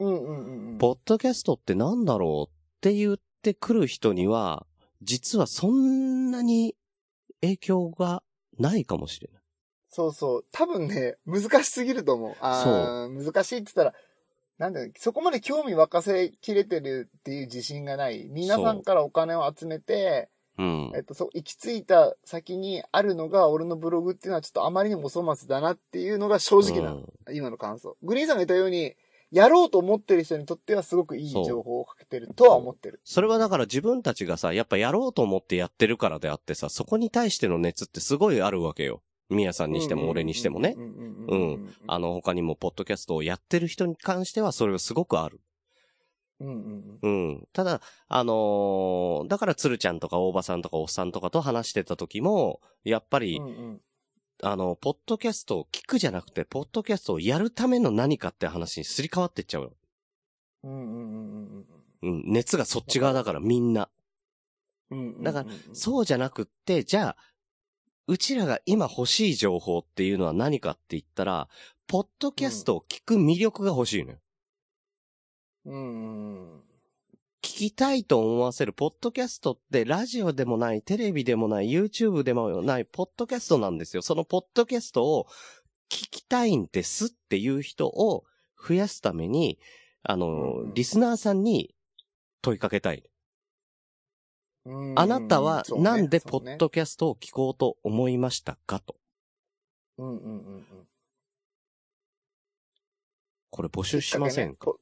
[SPEAKER 1] うんうんうんうん。
[SPEAKER 3] ポッドキャストってなんだろうって言ってくる人には、実はそんなに影響がないかもしれない。
[SPEAKER 1] そうそう。多分ね、難しすぎると思う。あー難しいって言ったら、なんだよ、そこまで興味沸かせきれてるっていう自信がない。皆さんからお金を集めて、
[SPEAKER 3] うん
[SPEAKER 1] え。っと、そう、行き着いた先にあるのが俺のブログっていうのはちょっとあまりにもお粗末だなっていうのが正直な、今の感想。グリーンさんが言ったように、やろうと思ってる人にとってはすごくいい
[SPEAKER 3] そう
[SPEAKER 1] 情報をかけてるとは思ってる。
[SPEAKER 3] それはだから自分たちがさ、やっぱやろうと思ってやってるからであってさ、そこに対しての熱ってすごいあるわけよ。みやさんにしても俺にしてもね
[SPEAKER 1] う。んうん
[SPEAKER 3] う
[SPEAKER 1] うんん
[SPEAKER 3] う
[SPEAKER 1] うんんうん。
[SPEAKER 3] あの他にもポッドキャストをやってる人に関してはそれはすごくある。
[SPEAKER 1] うんうんうん。
[SPEAKER 3] うん。ただ、あのーだから鶴ちゃんとか大場さんとかおっさんとかと話してた時も、やっぱり、
[SPEAKER 1] うんうん
[SPEAKER 3] あの、ポッドキャストを聞くじゃなくて、ポッドキャストをやるための何かって話にすり替わってっちゃうよ。
[SPEAKER 1] うんうんうんうんうん
[SPEAKER 3] うん、熱がそっち側だからみんな。
[SPEAKER 1] うんうんうん。
[SPEAKER 3] だから、そうじゃなくって、じゃあ、うちらが今欲しい情報っていうのは何かって言ったら、ポッドキャストを聞く魅力が欲しいのよ。
[SPEAKER 1] うんうん
[SPEAKER 3] 聞きたいと思わせる、ポッドキャストってラジオでもない、テレビでもない、YouTube でもない、ポッドキャストなんですよ。そのポッドキャストを聞きたいんですっていう人を増やすために、あ
[SPEAKER 1] う
[SPEAKER 3] の
[SPEAKER 1] んうん、
[SPEAKER 3] リスナーさんに問いかけたい。
[SPEAKER 1] うん
[SPEAKER 3] あなたは
[SPEAKER 1] そうね
[SPEAKER 3] なんで
[SPEAKER 1] そ
[SPEAKER 3] ポ
[SPEAKER 1] うね
[SPEAKER 3] ッドキャストを聞こうと思いましたかと。
[SPEAKER 1] うんうんうんうん。
[SPEAKER 3] これ募集しませんか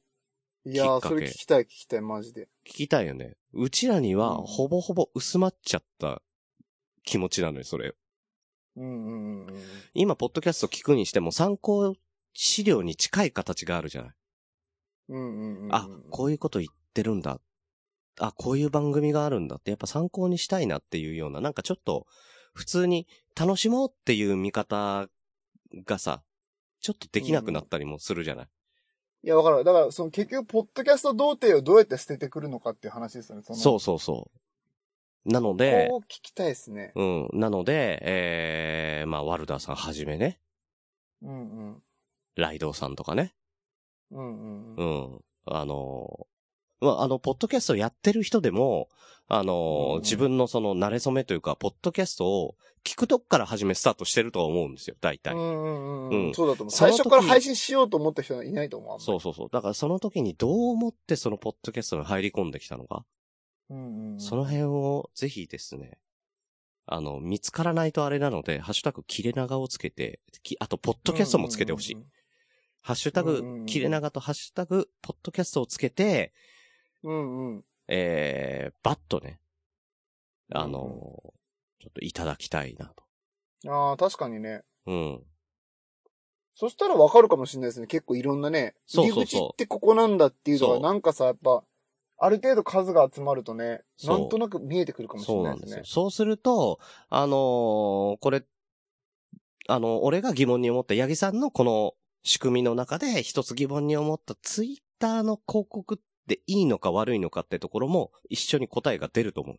[SPEAKER 1] きっかけね。いや
[SPEAKER 3] きっ
[SPEAKER 1] ー、
[SPEAKER 3] かけ
[SPEAKER 1] それ聞きたい聞きたい、マジで。
[SPEAKER 3] 聞きたいよね。うちらには
[SPEAKER 1] うん
[SPEAKER 3] ほぼほぼ薄まっちゃった気持ちなのよ、それ。
[SPEAKER 1] うんうんうんうん。
[SPEAKER 3] 今、ポッドキャスト聞くにしても参考資料に近い形があるじゃない。
[SPEAKER 1] うんうんうん。
[SPEAKER 3] あ、こういうこと言ってるんだ。あ、こういう番組があるんだって、やっぱ参考にしたいなっていうような、なんかちょっと、普通に楽しもうっていう見方がさ、ちょっとできなくなったりもするじゃない。
[SPEAKER 1] いや、わかる。だから、その結局、ポッドキャスト童貞をどうやって捨ててくるのかっていう話ですよね。その
[SPEAKER 3] そうそうそう。なので
[SPEAKER 1] こ、う聞きたいですね。
[SPEAKER 3] うん。なので、えー、まあ、ワルダーさんはじめね、
[SPEAKER 1] うんうん。
[SPEAKER 3] ライドウさんとかね、
[SPEAKER 1] うんうんう。
[SPEAKER 3] うんん。あのーまあ、あの、ポッドキャストやってる人でも、あのー
[SPEAKER 1] うんうん
[SPEAKER 3] 自分のその慣れ初めというか、ポッドキャストを聞くとこから始めスタートしてるとは思うんですよ、大体。
[SPEAKER 1] うんうんうん
[SPEAKER 3] う
[SPEAKER 1] うんん。そうだと思う。
[SPEAKER 3] その
[SPEAKER 1] 最
[SPEAKER 3] 時
[SPEAKER 1] 初から配信しようと思った人はいないと思う。
[SPEAKER 3] そうそうそう。だからその時にどう思ってそのポッドキャストに入り込んできたのか、
[SPEAKER 1] う。うんうん。
[SPEAKER 3] その辺をぜひですね、あの、見つからないとあれなので、ハッシュタグ切れ長をつけて、きあと、ポッドキャストもつけてほしい。
[SPEAKER 1] うん
[SPEAKER 3] ハッシュタ
[SPEAKER 1] うんうんう
[SPEAKER 3] グ、
[SPEAKER 1] ん
[SPEAKER 3] 切れ長とハッシュタグ、ポッドキャストをつけて、
[SPEAKER 1] うんうん。
[SPEAKER 3] えー、バッとね、あのー
[SPEAKER 1] うんうん
[SPEAKER 3] ちょっといただきたいなと。
[SPEAKER 1] ああ、確かにね。
[SPEAKER 3] うん。
[SPEAKER 1] そしたらわかるかもしれないですね。結構いろんなね。
[SPEAKER 3] そう
[SPEAKER 1] 入
[SPEAKER 3] そう
[SPEAKER 1] り
[SPEAKER 3] そう
[SPEAKER 1] 口ってここなんだっていうの
[SPEAKER 3] そう
[SPEAKER 1] が、なんかさ、やっぱ、ある程度数が集まるとね、
[SPEAKER 3] そ
[SPEAKER 1] な
[SPEAKER 3] うん
[SPEAKER 1] となく見えてくるかもし
[SPEAKER 3] そ
[SPEAKER 1] れ
[SPEAKER 3] う
[SPEAKER 1] な
[SPEAKER 3] ないんで
[SPEAKER 1] で
[SPEAKER 3] すす
[SPEAKER 1] ね
[SPEAKER 3] よ。。そうすると、あのーこれ、あの、俺が疑問に思った、八木さんのこの仕組みの中で一つ疑問に思ったツイッターの広告っていいのか悪いのかってところも一緒に答えが出ると思う。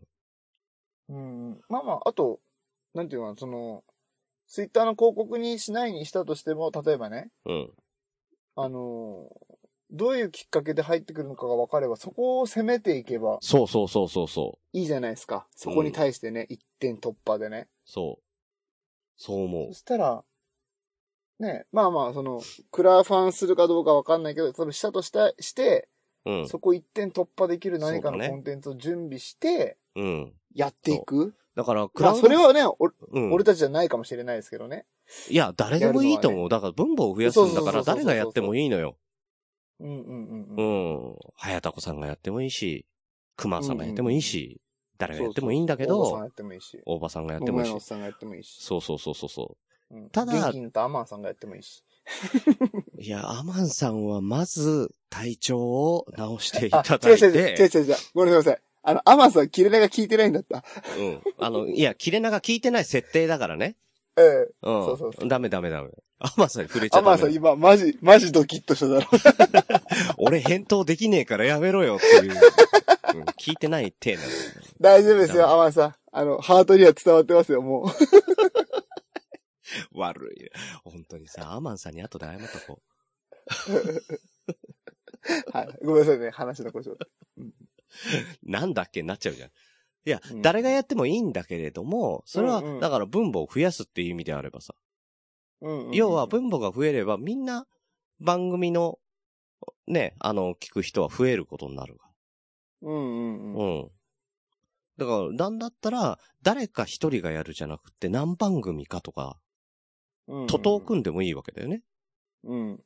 [SPEAKER 1] うんうん。まあまあ、あと、なんていうのかな、その、ツイッターの広告にしないにしたとしても、例えばね、
[SPEAKER 3] うん。
[SPEAKER 1] あのーどういうきっかけで入ってくるのかが分かれば、そこを攻めていけば
[SPEAKER 3] そうそうそうそうそう。
[SPEAKER 1] いいじゃないですか。そこに対してね、一点突破でね。
[SPEAKER 3] そう。そう思う
[SPEAKER 1] そ。したら、ね、まあまあ、その、クラファンするかどうか分かんないけど、多分したとした、して、
[SPEAKER 3] うん。
[SPEAKER 1] そこ一点突破できる何か
[SPEAKER 3] そう
[SPEAKER 1] の
[SPEAKER 3] だね
[SPEAKER 1] コンテンツを準備して、
[SPEAKER 3] うん。
[SPEAKER 1] やっていく。
[SPEAKER 3] だから、ク
[SPEAKER 1] ま
[SPEAKER 3] ラ
[SPEAKER 1] あ、
[SPEAKER 3] ウド、
[SPEAKER 1] それはね、お
[SPEAKER 3] うん、
[SPEAKER 1] 俺たちじゃないかもしれないですけどね。
[SPEAKER 3] いや、誰でもいいと思う。だから分母を増やすんだから、
[SPEAKER 1] そうそうそうそ
[SPEAKER 3] 誰
[SPEAKER 1] う
[SPEAKER 3] がやってもいいのよ。
[SPEAKER 1] うんうんう
[SPEAKER 3] う
[SPEAKER 1] んうん。
[SPEAKER 3] ん。早田子さんがやってもいいし、熊さんがやってもいいし、誰がやってもいいんだけ
[SPEAKER 1] おばさん
[SPEAKER 3] ど
[SPEAKER 1] や、ってもいいし。
[SPEAKER 3] 大場さんがやっても
[SPEAKER 1] 桃
[SPEAKER 3] いい
[SPEAKER 1] 屋のおっ
[SPEAKER 3] し。
[SPEAKER 1] さんがやってもいいし。
[SPEAKER 3] そうそうそうそうそ
[SPEAKER 1] うん
[SPEAKER 3] ただ
[SPEAKER 1] 元気にとアマンさんがやってもいいし。
[SPEAKER 3] う。いや、アマンさんはまず、体調を直してい
[SPEAKER 1] あ、
[SPEAKER 3] ただ
[SPEAKER 1] 違う
[SPEAKER 3] い
[SPEAKER 1] [LAUGHS] 違う違う違う
[SPEAKER 3] て、
[SPEAKER 1] 違う違う。ごめんなさい。あの、アマンさん、切れ長聞いてないんだった。
[SPEAKER 3] うん。あの、いや、切れ長聞いてない設定だからね。
[SPEAKER 1] ええ。
[SPEAKER 3] うん。
[SPEAKER 1] そうそうそ
[SPEAKER 3] ダメダメダメ。アマンさんに触れちゃ
[SPEAKER 1] アマ
[SPEAKER 3] ダ
[SPEAKER 1] ンさん、
[SPEAKER 3] メ。
[SPEAKER 1] 今、マジ、マジドキッとしただろう。
[SPEAKER 3] 俺返答できねえからやめろよっていう。うん聞いてない体なのよ。
[SPEAKER 1] 大丈夫です
[SPEAKER 3] ダ
[SPEAKER 1] よ、
[SPEAKER 3] メ
[SPEAKER 1] アマンさん。あの、ハートには伝わってますよ、もう。 [LAUGHS]
[SPEAKER 3] [LAUGHS] 悪い。本当にさ、アマンさんに後で謝っとこう。
[SPEAKER 1] はい。ごめんなさいね、話の故障。
[SPEAKER 3] なんだっけになっちゃうじゃん。いや、
[SPEAKER 1] うん
[SPEAKER 3] 誰がやってもいいんだけれども、それは、
[SPEAKER 1] うんうん
[SPEAKER 3] だから分母を増やすっていう意味であればさ。
[SPEAKER 1] うんうんうん
[SPEAKER 3] 要は、分母が増えればみんな番組の、ね、あの、聞く人は増えることになるか
[SPEAKER 1] うんうん
[SPEAKER 3] ら。
[SPEAKER 1] うん。
[SPEAKER 3] うん。だから、なんだったら、誰か一人がやるじゃなくて何番組かとか、
[SPEAKER 1] うんうんうん
[SPEAKER 3] 徒党組んでもいいわけだよね。
[SPEAKER 1] うん。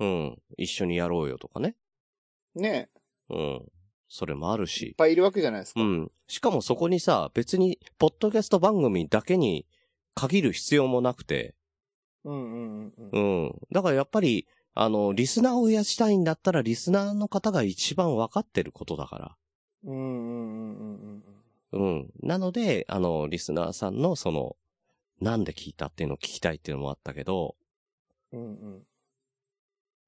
[SPEAKER 3] うん。一緒にやろうよとかね。
[SPEAKER 1] ねえ、
[SPEAKER 3] うん。それもある
[SPEAKER 1] いっ
[SPEAKER 3] し。
[SPEAKER 1] ぱいいるわけじゃないですか。
[SPEAKER 3] うん。しかもそこにさ、別に、ポッドキャスト番組だけに限る必要もなくて、
[SPEAKER 1] うんうんうんう。
[SPEAKER 3] うんん。だからやっぱり、あの、リスナーを増やしたいんだったら、リスナーの方が一番わかってることだか
[SPEAKER 1] うんうんうんうんうん。
[SPEAKER 3] ら。うん。なので、あの、リスナーさんの、その、なんで聞いたっていうのを聞きたいっていうのもあったけど、
[SPEAKER 1] うんうん。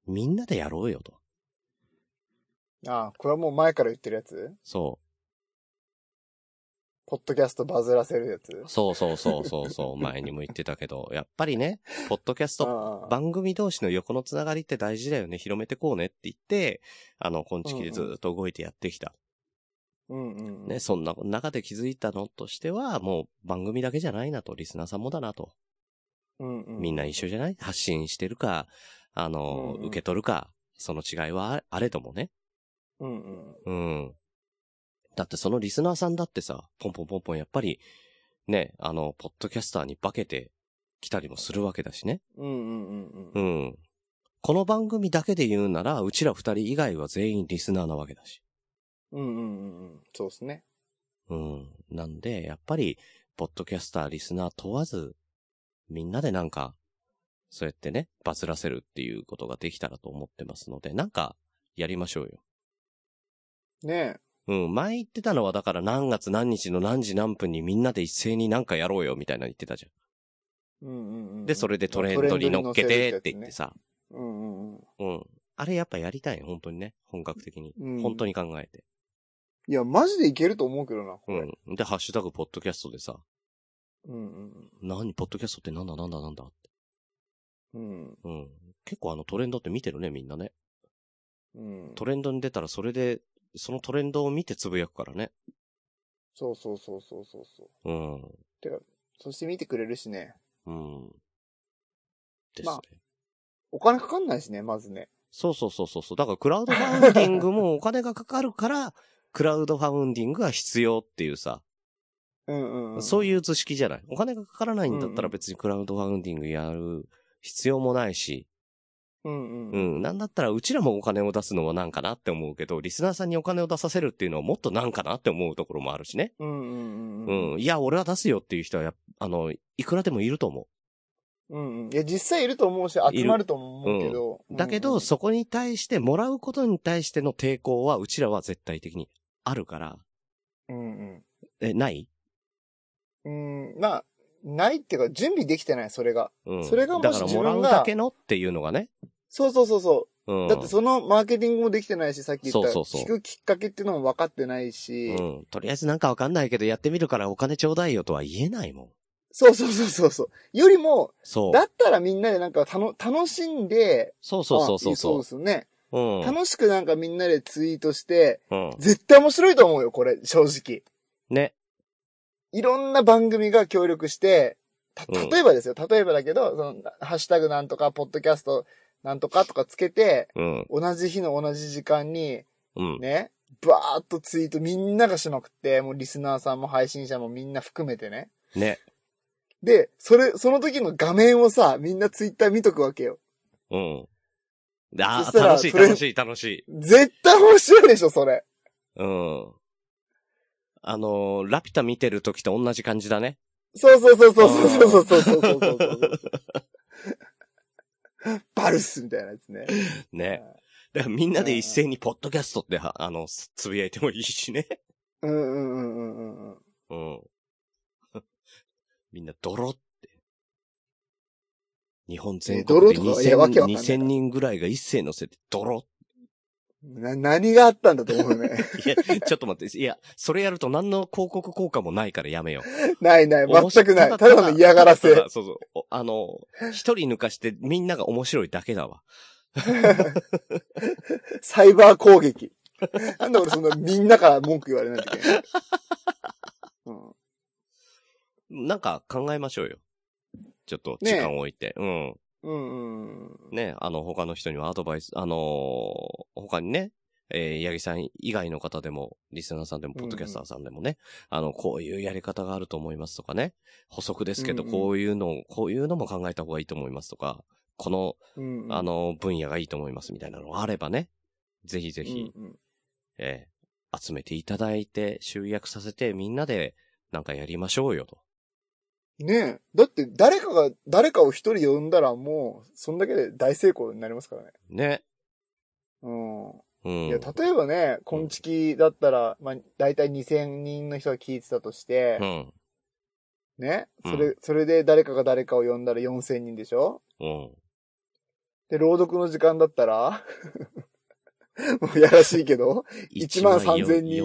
[SPEAKER 3] みんなでやろうよと。
[SPEAKER 1] ああ、これはもう前から言ってるやつ
[SPEAKER 3] そ
[SPEAKER 1] ポッドキャストバズらせるやつ
[SPEAKER 3] う。そうそうそうそうそう。前にも言ってたけど、やっぱりね、ポッドキャスト
[SPEAKER 1] ああ
[SPEAKER 3] 番組同士の横のつながりって大事だよね、広めてこうねって言って、あの、今月でずっと動いてやってきた。
[SPEAKER 1] うんうんうん。
[SPEAKER 3] ね、そんな中で気づいたのとしては、もう番組だけじゃないなと、リスナーさんもだなと。
[SPEAKER 1] うんうん。
[SPEAKER 3] みんな一緒じゃない発信してるか、あの、
[SPEAKER 1] うんうん
[SPEAKER 3] 受け取るか、その違いはああれともね。
[SPEAKER 1] うんうん。
[SPEAKER 3] うん。だってそのリスナーさんだってさ、ポンポンポンポンやっぱり、ね、あの、ポッドキャスターに化けてきたりもするわけだしね。
[SPEAKER 1] うんうんうん
[SPEAKER 3] う
[SPEAKER 1] うん。
[SPEAKER 3] ん。この番組だけで言うなら、うちら二人以外は全員リスナーなわけだし。
[SPEAKER 1] うんうんうんうん。そうですね。
[SPEAKER 3] うん。なんで、やっぱり、ポッドキャスター、リスナー問わず、みんなでなんか、そうやってね、バズらせるっていうことができたらと思ってますので、なんか、やりましょうよ。
[SPEAKER 1] ね
[SPEAKER 3] うん、前言ってたのはだから何月何日の何時何分にみんなで一斉になんかやろうよみたいなの言ってたじ
[SPEAKER 1] え。うんうんう
[SPEAKER 3] ゃ
[SPEAKER 1] ん。
[SPEAKER 3] ん。で、それでトレンドに乗っけてって言って
[SPEAKER 1] さ。
[SPEAKER 3] さ。
[SPEAKER 1] うんうんうん。
[SPEAKER 3] うん。あれやっぱやりたい、本当にね。本格的に。
[SPEAKER 1] うん
[SPEAKER 3] 本当に考えて。
[SPEAKER 1] いや、マジでいけると思うけどな、こ
[SPEAKER 3] う
[SPEAKER 1] れ。
[SPEAKER 3] ん。で、ハッシュタグ、ポッドキャストでさ、
[SPEAKER 1] うん。
[SPEAKER 3] 何、ポッドキャストってなんだなんだなんだって。
[SPEAKER 1] うん。うん。
[SPEAKER 3] うん。結構あのトレンドって見てるね、みんなね。
[SPEAKER 1] うん。
[SPEAKER 3] トレンドに出たらそれで、そのトレンドを見てつぶやくからね。
[SPEAKER 1] そうそうそうそうそうそ
[SPEAKER 3] う
[SPEAKER 1] う。
[SPEAKER 3] ん。
[SPEAKER 1] そして見てくれるしね。
[SPEAKER 3] うん。ですね。
[SPEAKER 1] まあお金かかんないしね、まずね。
[SPEAKER 3] そうそうそうそうそう。だからクラウドファウンディングもお金がかかるから、 [LAUGHS] クラウドファウンディングが必要っていうさ、
[SPEAKER 1] うんうん、うん。
[SPEAKER 3] そう
[SPEAKER 1] い
[SPEAKER 3] いう図式じゃない。お金がかからないんだった
[SPEAKER 1] うんう
[SPEAKER 3] ら
[SPEAKER 1] ん
[SPEAKER 3] 別にクラウドファウンディングやる必要もないし、
[SPEAKER 1] う。うんう。
[SPEAKER 3] うんん。なんだったらうちらもお金を出すのはなんかなって思うけど、リスナーさんにお金を出させるっていうのはもっとなんかなって思うところもあるしね。
[SPEAKER 1] うんうんうん。
[SPEAKER 3] うん。いや、俺は出すよっていう人はやっ、あの、いくらでもいると思
[SPEAKER 1] うんうん。いや、実際いると思うし、集まるとも思うけど。
[SPEAKER 3] う。だけ
[SPEAKER 1] うんう
[SPEAKER 3] ど、
[SPEAKER 1] ん
[SPEAKER 3] そこに対して、もらうことに対しての抵抗は、うちらは絶対的にあるから、
[SPEAKER 1] うん
[SPEAKER 3] え、ない
[SPEAKER 1] うん。うん。まあ、ないっていうか、準備できてない、それが。
[SPEAKER 3] うん。
[SPEAKER 1] それがもし
[SPEAKER 3] だからもらう
[SPEAKER 1] 自分が
[SPEAKER 3] だけのっていうのがね。
[SPEAKER 1] そうそうそうそうう。
[SPEAKER 3] ん。
[SPEAKER 1] だってそのマーケティングもできてないし、さっき言った
[SPEAKER 3] そうそうそう
[SPEAKER 1] 聞くきっかけっていうのも分かってないし。
[SPEAKER 3] うん。とりあえずなんかわかんないけど、やってみるからお金ちょうだいよとは言えないもん。
[SPEAKER 1] そうそうそうそうそう。よりも、
[SPEAKER 3] そう。
[SPEAKER 1] だったらみんなでなんかたの楽しんで、
[SPEAKER 3] そうそうそうそ
[SPEAKER 1] あ
[SPEAKER 3] う
[SPEAKER 1] そ
[SPEAKER 3] そ
[SPEAKER 1] うですよね。
[SPEAKER 3] う。うん。
[SPEAKER 1] 楽しくなんかみんなでツイートして、
[SPEAKER 3] うん。
[SPEAKER 1] 絶対面白いと思うよ、これ、正直。
[SPEAKER 3] ね。
[SPEAKER 1] いろんな番組が協力して、た
[SPEAKER 3] うん
[SPEAKER 1] 例えばですよ、例えばだけど、その、ハッシュタグなんとか、ポッドキャストなんとかとかつけて、
[SPEAKER 3] うん。
[SPEAKER 1] 同じ日の同じ時間に、
[SPEAKER 3] うん。
[SPEAKER 1] ね、バーっとツイートみんながしまくって、もうリスナーさんも配信者もみんな含めてね。
[SPEAKER 3] ね。
[SPEAKER 1] で、それ、その時の画面をさ、みんなツイッター見とくわけよ。
[SPEAKER 3] うん。あ
[SPEAKER 1] そし
[SPEAKER 3] ー
[SPEAKER 1] たら
[SPEAKER 3] 楽しい、
[SPEAKER 1] それ
[SPEAKER 3] 楽しい、楽しい。
[SPEAKER 1] 絶対面白いでしょ、それ。
[SPEAKER 3] うん。あのーラピュタ見てる時と同じ感じだね。
[SPEAKER 1] そうそうそうそうそうそうそうそうそうそうそう。バルスみたいなやつね。
[SPEAKER 3] ね。だからみんなで一斉にポッドキャストっては、あの、つつぶやいてもいいしね。
[SPEAKER 1] うんうんうんうんうんうん。
[SPEAKER 3] うん。 [LAUGHS] みんな、ドロって。日本全国
[SPEAKER 1] え
[SPEAKER 3] で
[SPEAKER 1] 泥とかいやわけわかんない
[SPEAKER 3] 2000人ぐらいが一斉乗せて、ドロ
[SPEAKER 1] な、何があったんだと思うね。
[SPEAKER 3] いや、ちょっと待って。いや、それやると何の広告効果もないからやめよう。
[SPEAKER 1] ないない、全くない。ただの嫌がら
[SPEAKER 3] ただ
[SPEAKER 1] せ。
[SPEAKER 3] そうそう。おあの、一人抜かしてみんなが面白いだけだわ。
[SPEAKER 1] サイバー攻撃。なんで俺そんなみんなから文句言われないといけない。うん
[SPEAKER 3] なんか考えましょうよ。ちょっと
[SPEAKER 1] ね
[SPEAKER 3] 時間を置いて。うん。
[SPEAKER 1] うんうん。
[SPEAKER 3] ね、あの、他の人にはアドバイス、あのー他にね、えー、八木さん以外の方でも、リスナーさんでも、
[SPEAKER 1] うんう
[SPEAKER 3] ポ
[SPEAKER 1] ん
[SPEAKER 3] ッドキャスターさんでもね、あの、こういうやり方があると思いますとかね、補足ですけど、
[SPEAKER 1] うんうん
[SPEAKER 3] こういうのを、こういうのも考えた方がいいと思いますとか、この、
[SPEAKER 1] うんうん
[SPEAKER 3] あ、の、分野がいいと思いますみたいなのがあればね、ぜひぜひ、
[SPEAKER 1] うんうん
[SPEAKER 3] えー集めていただいて、集約させて、みんなで、なんかやりましょうよと。
[SPEAKER 1] ねえ。だって誰かが、誰かを一人呼んだらもう、そんだけで大成功になりますからね。
[SPEAKER 3] ね。
[SPEAKER 1] うん。
[SPEAKER 3] うん。
[SPEAKER 1] いや、例えばね、今月だったら、まあ、だいたい2000人の人が聞いてたとして
[SPEAKER 3] う、ん。
[SPEAKER 1] ね、
[SPEAKER 3] うん
[SPEAKER 1] それ、それで誰かが誰かを呼んだら4000人でしょ [LAUGHS]
[SPEAKER 3] うん。
[SPEAKER 1] で、朗読の時間だったら、 [LAUGHS] もうやらしいけど、1万3000人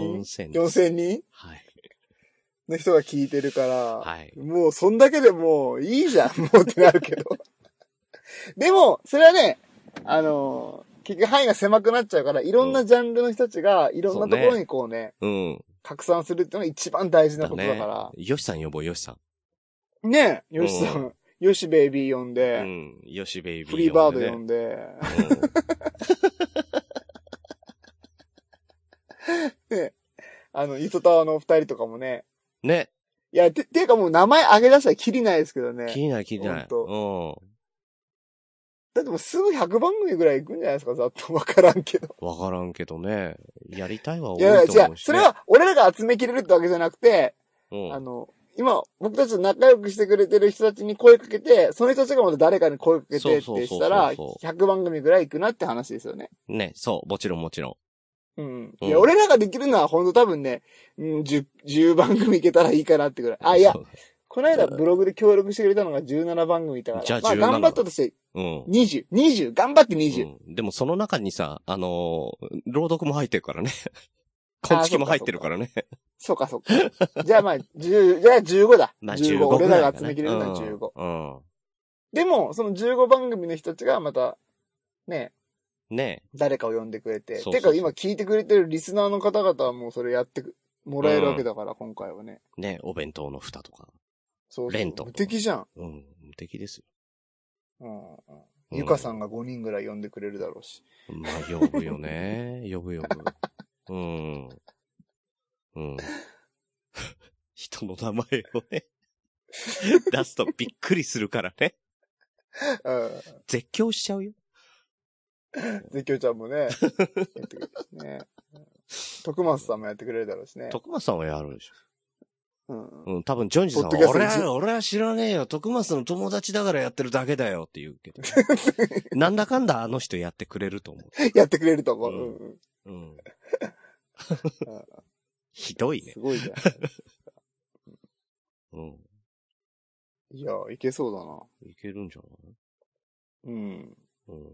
[SPEAKER 3] 4000
[SPEAKER 1] 4000人
[SPEAKER 3] はい。
[SPEAKER 1] の人が聞いてるから、
[SPEAKER 3] はい。
[SPEAKER 1] もうそんだけでもういいじゃん、 [LAUGHS] もうってなるけど。でも、それはね、あのー結局範囲が狭くなっちゃうから、いろんなジャンルの人たちが、いろんなところにこうね、
[SPEAKER 3] うん。
[SPEAKER 1] 拡散するってのが一番大事なことだ
[SPEAKER 3] ね
[SPEAKER 1] か。
[SPEAKER 3] よしさん呼ぼう、よしさん。
[SPEAKER 1] ら。ねえ、よしさ、
[SPEAKER 3] うん
[SPEAKER 1] よしベイビー呼ん
[SPEAKER 3] う
[SPEAKER 1] で、
[SPEAKER 3] ん。よしベイビー。
[SPEAKER 1] フリーバード呼んで、
[SPEAKER 3] でね。
[SPEAKER 1] [LAUGHS] あの、イトタワのお二人とかもね。
[SPEAKER 3] うんね。
[SPEAKER 1] いや、て、ていうかもう名前上げ出したらきりないですけどね。
[SPEAKER 3] 気にない気にな
[SPEAKER 1] ほ
[SPEAKER 3] い
[SPEAKER 1] ん。
[SPEAKER 3] うん。
[SPEAKER 1] だってもうすぐ100番組ぐらい行くんじゃないですか、ざっとわからんけど。
[SPEAKER 3] わからんけどね。やりたいは多
[SPEAKER 1] いや、
[SPEAKER 3] い
[SPEAKER 1] い
[SPEAKER 3] と
[SPEAKER 1] や違
[SPEAKER 3] 思
[SPEAKER 1] う。
[SPEAKER 3] うし、ね。
[SPEAKER 1] それ、は、俺らが集めきれるってわけじゃなくて、
[SPEAKER 3] うん、
[SPEAKER 1] あの、今、僕たちと仲良くしてくれてる人たちに声かけて、その人たちがまた誰かに声かけてって
[SPEAKER 3] そうそうそうそう
[SPEAKER 1] したら、100番組ぐらい行くなって話ですよね。
[SPEAKER 3] ね、そう、もちろんもちろ
[SPEAKER 1] うん。
[SPEAKER 3] うん
[SPEAKER 1] いや、俺らができるのは本当多分ね、うん、10、10番組いけたらいいかなってぐらい。
[SPEAKER 3] ん。
[SPEAKER 1] あ、いや
[SPEAKER 3] そ、う
[SPEAKER 1] この間ブログで協力してくれたのが17番組いたから。
[SPEAKER 3] じゃあ
[SPEAKER 1] まあ、
[SPEAKER 3] 17
[SPEAKER 1] 頑張ったとして、
[SPEAKER 3] うん。
[SPEAKER 1] 20、20、頑張って20。
[SPEAKER 3] うんでもその中にさ、あのー朗読も入ってる [LAUGHS] からね。こんちきも入ってるからね。
[SPEAKER 1] そうかそうか。 [LAUGHS] じゃあまあ、10、じゃあ15だ。
[SPEAKER 3] まあ
[SPEAKER 1] 15。
[SPEAKER 3] 15
[SPEAKER 1] 俺
[SPEAKER 3] ぐらい
[SPEAKER 1] ら
[SPEAKER 3] だね
[SPEAKER 1] が集めきれるのは15。
[SPEAKER 3] うん。う
[SPEAKER 1] でも、その15番組の人たちがまた、ね、
[SPEAKER 3] んね
[SPEAKER 1] 誰かを呼んでくれて。
[SPEAKER 3] そうそう
[SPEAKER 1] て
[SPEAKER 3] そう
[SPEAKER 1] か今聞いてくれてるリスナーの方々はもうそれやってくもらえるわけだから、今回はね。
[SPEAKER 3] え、ねえ、お弁当の蓋とか。
[SPEAKER 1] そうそう。
[SPEAKER 3] レント
[SPEAKER 1] 無敵じゃん。
[SPEAKER 3] うん、無敵ですよ。
[SPEAKER 1] うんうん。
[SPEAKER 3] う
[SPEAKER 1] ゆかさんが5人ぐらい呼んでくれるだろうし。
[SPEAKER 3] まあ、呼ぶよね。 [LAUGHS] 呼ぶ呼ぶ。うん。うん。 [LAUGHS] 人の名前を [LAUGHS] ね、出すとびっくりするからね。
[SPEAKER 1] う
[SPEAKER 3] 絶叫しちゃうよ。
[SPEAKER 1] ん。絶叫ちゃんもね、やってくれるしね。徳松さんもやってくれるだろうしね。
[SPEAKER 3] 徳松さんはやるでし
[SPEAKER 1] うん。
[SPEAKER 3] ょ。うん、多分ジョンジさんは、
[SPEAKER 1] ポッドキャスト
[SPEAKER 3] 俺は、俺は知らねえよ。徳松の友達だからやってるだけだよって言う
[SPEAKER 1] [LAUGHS]
[SPEAKER 3] けど。なんだかんだあの人やってくれると思
[SPEAKER 1] やってくれると思
[SPEAKER 3] う
[SPEAKER 1] う。うんんうん。
[SPEAKER 3] う。う
[SPEAKER 1] [LAUGHS]
[SPEAKER 3] ん。ひどいね
[SPEAKER 1] す。ごいじゃん。
[SPEAKER 3] うん。
[SPEAKER 1] いや、いけそ
[SPEAKER 3] いけるんじゃないう
[SPEAKER 1] だな。うん。
[SPEAKER 3] うん。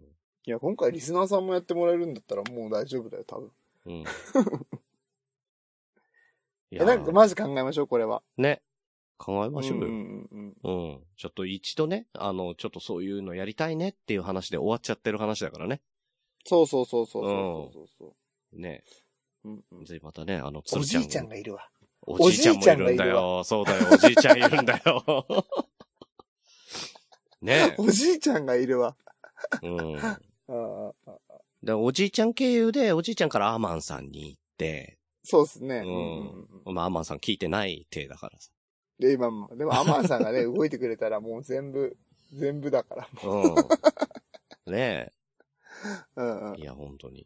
[SPEAKER 1] いや、今回リスナーさんもやってもらえるんだったらもう大丈夫だよ、多分。
[SPEAKER 3] うん。い
[SPEAKER 1] [LAUGHS] え、なんかマジ考えましょう、これは。
[SPEAKER 3] ね。考えましょうよ。
[SPEAKER 1] うんうんうん
[SPEAKER 3] うん。ちょっと一度ね、あの、ちょっとそういうのやりたいねっていう話で終わっちゃってる話だからね。
[SPEAKER 1] そうそうそうそうそうそうそう
[SPEAKER 3] ね。
[SPEAKER 1] そう、うんうん
[SPEAKER 3] ぜひまたね、あの、
[SPEAKER 1] お
[SPEAKER 3] 鶴
[SPEAKER 1] じいちゃん
[SPEAKER 3] が。
[SPEAKER 1] がいるわ。
[SPEAKER 3] おじいちゃんもいるんだよ。そうだよ、おじいちゃんいるんだよ。ね
[SPEAKER 1] おじいちゃんがいるわ。
[SPEAKER 3] うん。
[SPEAKER 1] あー
[SPEAKER 3] で、おじいちゃん経由で、おじいちゃんからアーマンさんに行って、
[SPEAKER 1] そうっすね。
[SPEAKER 3] うん
[SPEAKER 1] うんうんうん
[SPEAKER 3] まあ、アーマンさん聞いてない体だからさ。
[SPEAKER 1] で、今も、でもアマンさんがね、動いてくれたらもう全部、全部だから。
[SPEAKER 3] うん。ね
[SPEAKER 1] うんうん
[SPEAKER 3] いや、本当に。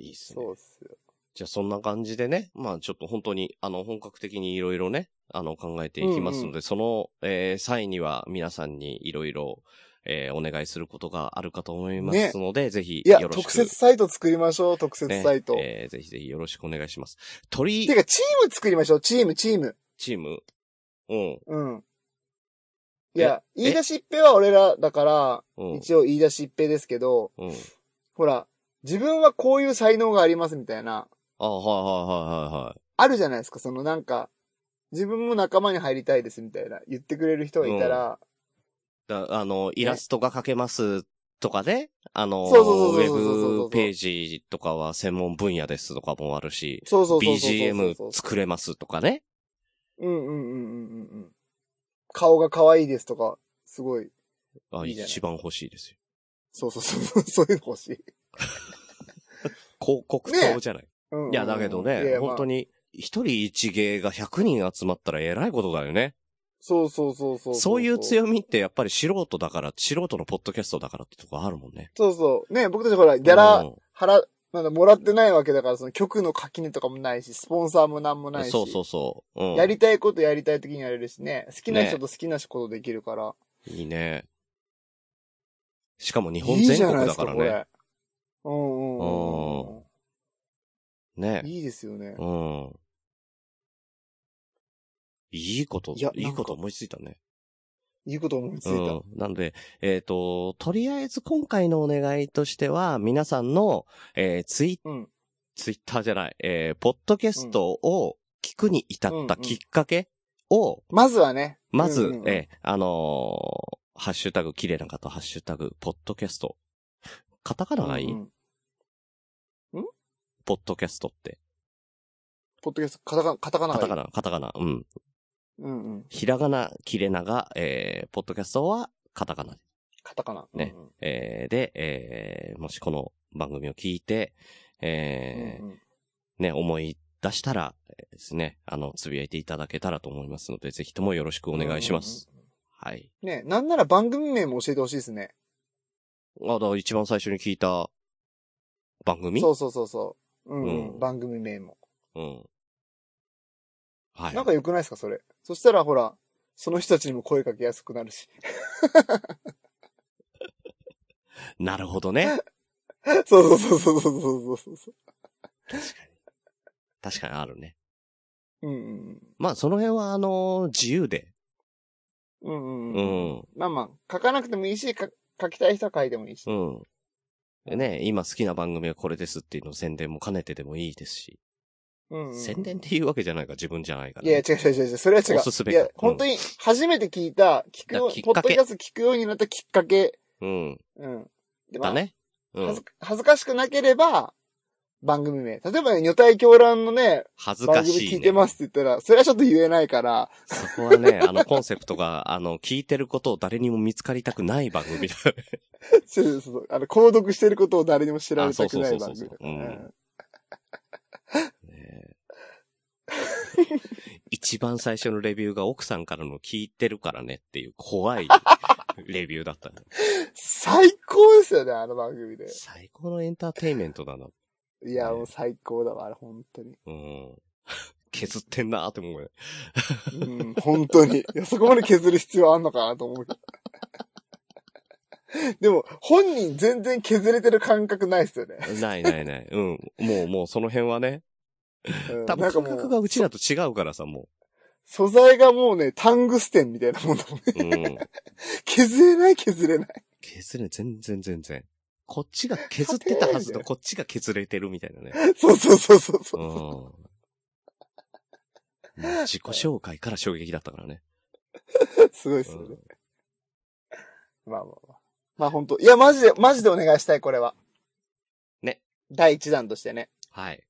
[SPEAKER 3] いいっすね。
[SPEAKER 1] そうっすよ。
[SPEAKER 3] じゃあそんな感じでね、まあちょっと本当に、あの、本格的にいろいろね、あの、考えていきますので、
[SPEAKER 1] うん
[SPEAKER 3] その、えー際には皆さんにいろいろ、えーお願いすることがあるかと思いますので、ぜひ、
[SPEAKER 1] いや、
[SPEAKER 3] よろしく
[SPEAKER 1] 特設サイト作りましょう、特設サイト。
[SPEAKER 3] ねえーぜひぜひよろしくお願いします。鳥
[SPEAKER 1] てか、チーム作りましょう、チーム、チーム。
[SPEAKER 3] チーム、うん、
[SPEAKER 1] うん。いや、
[SPEAKER 3] え
[SPEAKER 1] 言い出しっぺは俺らだから、
[SPEAKER 3] うん、
[SPEAKER 1] 一応言い出しっぺですけど、
[SPEAKER 3] うん。
[SPEAKER 1] ほら、自分はこういう才能がありますみたいな、
[SPEAKER 3] あ、はいはいはいは
[SPEAKER 1] あるじゃないですか、そのなんか、自分も仲間に入りたいですみたいな、言ってくれる人がいたら、
[SPEAKER 3] いはい。だあの、イラストが描けますとかね、あの、ウ
[SPEAKER 1] そうそうそうそうそうそう
[SPEAKER 3] ェブページとかは専門分野ですとかもあるし、
[SPEAKER 1] そうそうそうそうそうそう
[SPEAKER 3] BGM 作れますとかね。
[SPEAKER 1] うんうんうんうんうんうん。顔が可愛いですとか、すごい、
[SPEAKER 3] あ、
[SPEAKER 1] いいじゃない
[SPEAKER 3] 一番欲しいですよ。
[SPEAKER 1] そうそうそうそう、そういうの欲しい。
[SPEAKER 3] 広告塔じゃない。
[SPEAKER 1] うんうんうん
[SPEAKER 3] いや、だけど
[SPEAKER 1] いやい
[SPEAKER 3] ね、
[SPEAKER 1] やまあ
[SPEAKER 3] 本当に、一人一芸が100人集まったら偉いことだよね。
[SPEAKER 1] そうそうそうそう。
[SPEAKER 3] そういう
[SPEAKER 1] み。
[SPEAKER 3] 強みってやっぱり素人だから、素人のポッドキャストだからってとこあるもんね。
[SPEAKER 1] そうそう。ね、僕たちほら、ギャラ、
[SPEAKER 3] うん
[SPEAKER 1] 払、なんだ、もらってないわけだから、その曲の垣根とかもないし、スポンサーもなんもないし。
[SPEAKER 3] そうそうそう。うん。
[SPEAKER 1] やりたいことやりたい時にやれるしね。好きな人と好きなことできるから。
[SPEAKER 3] いいね。しかも日本全国だからね。
[SPEAKER 1] いいじゃないですかこれうんうんうん
[SPEAKER 3] ね
[SPEAKER 1] うん。。いいですよね
[SPEAKER 3] う。ん。いいこと、
[SPEAKER 1] いや
[SPEAKER 3] いいこと
[SPEAKER 1] なんか
[SPEAKER 3] 思いついたね。
[SPEAKER 1] いいこと思いついた。
[SPEAKER 3] うん。なので、えっ、と、とりあえず今回のお願いとしては、皆さんの、えーツイ、
[SPEAKER 1] うん
[SPEAKER 3] ツイッターじゃない、えーポッドキャストを聞くに至ったきっかけを、
[SPEAKER 1] まずはね。
[SPEAKER 3] まず、
[SPEAKER 1] うんうんうん
[SPEAKER 3] えーあのーハッシュタグ、綺麗な方、ハッシュタグ、ポッドキャスト。カタカナない、
[SPEAKER 1] うんうん
[SPEAKER 3] ポッドキャストって。
[SPEAKER 1] ポッドキャスト、カタカナ、カタカナ
[SPEAKER 3] カ
[SPEAKER 1] が
[SPEAKER 3] タ
[SPEAKER 1] いい
[SPEAKER 3] カナ、カタカナ、うん。
[SPEAKER 1] うんうん。
[SPEAKER 3] ひらがな、綺麗なが、えーポッドキャストは、カタカナ。
[SPEAKER 1] カタカナ。
[SPEAKER 3] ね
[SPEAKER 1] うんうん
[SPEAKER 3] えーで、えーもしこの番組を聞いて、えー
[SPEAKER 1] うんうん
[SPEAKER 3] ね、思い出したらえーですね、あの、つぶやいていただけたらと思いますので、ぜひともよろしくお願いします。はい。
[SPEAKER 1] ね、なんなら番組名も教えてほしいですね。
[SPEAKER 3] あ、だから一番最初に聞いた番組
[SPEAKER 1] そうそうそうそう。うんうん、
[SPEAKER 3] うん
[SPEAKER 1] 番組名も。
[SPEAKER 3] うん。はい。
[SPEAKER 1] なんか良くないですか、それ。そしたらほら、その人たちにも声かけやすくなるし。 [LAUGHS]
[SPEAKER 3] なるほど
[SPEAKER 1] [LAUGHS]
[SPEAKER 3] ね。
[SPEAKER 1] そうそうそうそうそうそうそう。
[SPEAKER 3] 確かにあるね。
[SPEAKER 1] うんうん
[SPEAKER 3] まあ、その辺は、あのー自由で、
[SPEAKER 1] ううんうん
[SPEAKER 3] う
[SPEAKER 1] うん。
[SPEAKER 3] ん。
[SPEAKER 1] まあまあ、書かなくてもいいし、か書きたい人は書いてもいいし。
[SPEAKER 3] うん。でね、今好きな番組はこれですっていうのを宣伝も兼ねてでもいいですし。
[SPEAKER 1] うんうん
[SPEAKER 3] 宣伝っていうわけじゃないか、自分じゃないから、
[SPEAKER 1] いや、違う違う違う違う、それは違う。
[SPEAKER 3] おすすめ
[SPEAKER 1] い
[SPEAKER 3] か
[SPEAKER 1] や、本当に、初めて聞いた、聞く
[SPEAKER 3] だ
[SPEAKER 1] よ
[SPEAKER 3] からきっかけ
[SPEAKER 1] ポッドキャスト聞くようになったきっかけ。
[SPEAKER 3] うん。
[SPEAKER 1] うん。で
[SPEAKER 3] だ。ね。う
[SPEAKER 1] まあ恥
[SPEAKER 3] ん
[SPEAKER 1] ず。恥ずかしくなければ、番組名。例えばね、女体狂乱のね、
[SPEAKER 3] 恥ず
[SPEAKER 1] 番
[SPEAKER 3] か
[SPEAKER 1] 組
[SPEAKER 3] し
[SPEAKER 1] 聞
[SPEAKER 3] い、
[SPEAKER 1] いて
[SPEAKER 3] ね。
[SPEAKER 1] ますって言ったら、それはちょっと言えないから、
[SPEAKER 3] そこはね、あの、コンセプトが、あの、聞いてることを誰にも見つかりたくない番組だ。
[SPEAKER 1] そうそうそう。あの、購読してることを誰にも知られたくな
[SPEAKER 3] あ
[SPEAKER 1] い
[SPEAKER 3] そ
[SPEAKER 1] 番
[SPEAKER 3] うそうそう
[SPEAKER 1] 組
[SPEAKER 3] そう。うんね一番最初のレビューが奥さんからの聞いてるからねっていう怖
[SPEAKER 1] [LAUGHS]
[SPEAKER 3] いレビューだったね。
[SPEAKER 1] 最高ですよね、あの番組で。
[SPEAKER 3] 最高のエンターテインメントだな。
[SPEAKER 1] いや、
[SPEAKER 3] ね
[SPEAKER 1] もう最高だわ、あれ、本当に。
[SPEAKER 3] うん。削ってんなーって思うよね。
[SPEAKER 1] うん、本当に。いや、そこまで削る必要あんのかなと思うけど。でも、本人全然削れてる感覚ないっすよね。
[SPEAKER 3] ないないない。うん。もうもうその辺はね。
[SPEAKER 1] うん
[SPEAKER 3] 多
[SPEAKER 1] な
[SPEAKER 3] 分感
[SPEAKER 1] んかも
[SPEAKER 3] 覚
[SPEAKER 1] う、
[SPEAKER 3] がうちらと違うからさ、も
[SPEAKER 1] 素材がもうね、タングステンみたいなもんだもんね。
[SPEAKER 3] う。うん。
[SPEAKER 1] 削れない、削れない。
[SPEAKER 3] 削れ、全然全然。こっちが削ってたはずとこっちが削れてるみたいなね。
[SPEAKER 1] そうそうそうそう
[SPEAKER 3] う
[SPEAKER 1] そ
[SPEAKER 3] ん。
[SPEAKER 1] う。 [LAUGHS]
[SPEAKER 3] もう自己紹介から衝撃だったからね。
[SPEAKER 1] すごいっすよ
[SPEAKER 3] う
[SPEAKER 1] ね
[SPEAKER 3] ん。
[SPEAKER 1] まあまあまあ。まあ本当いや、マジで、マジでお願いしたい、これは。
[SPEAKER 3] ね。
[SPEAKER 1] 第一弾としてね。
[SPEAKER 3] はい。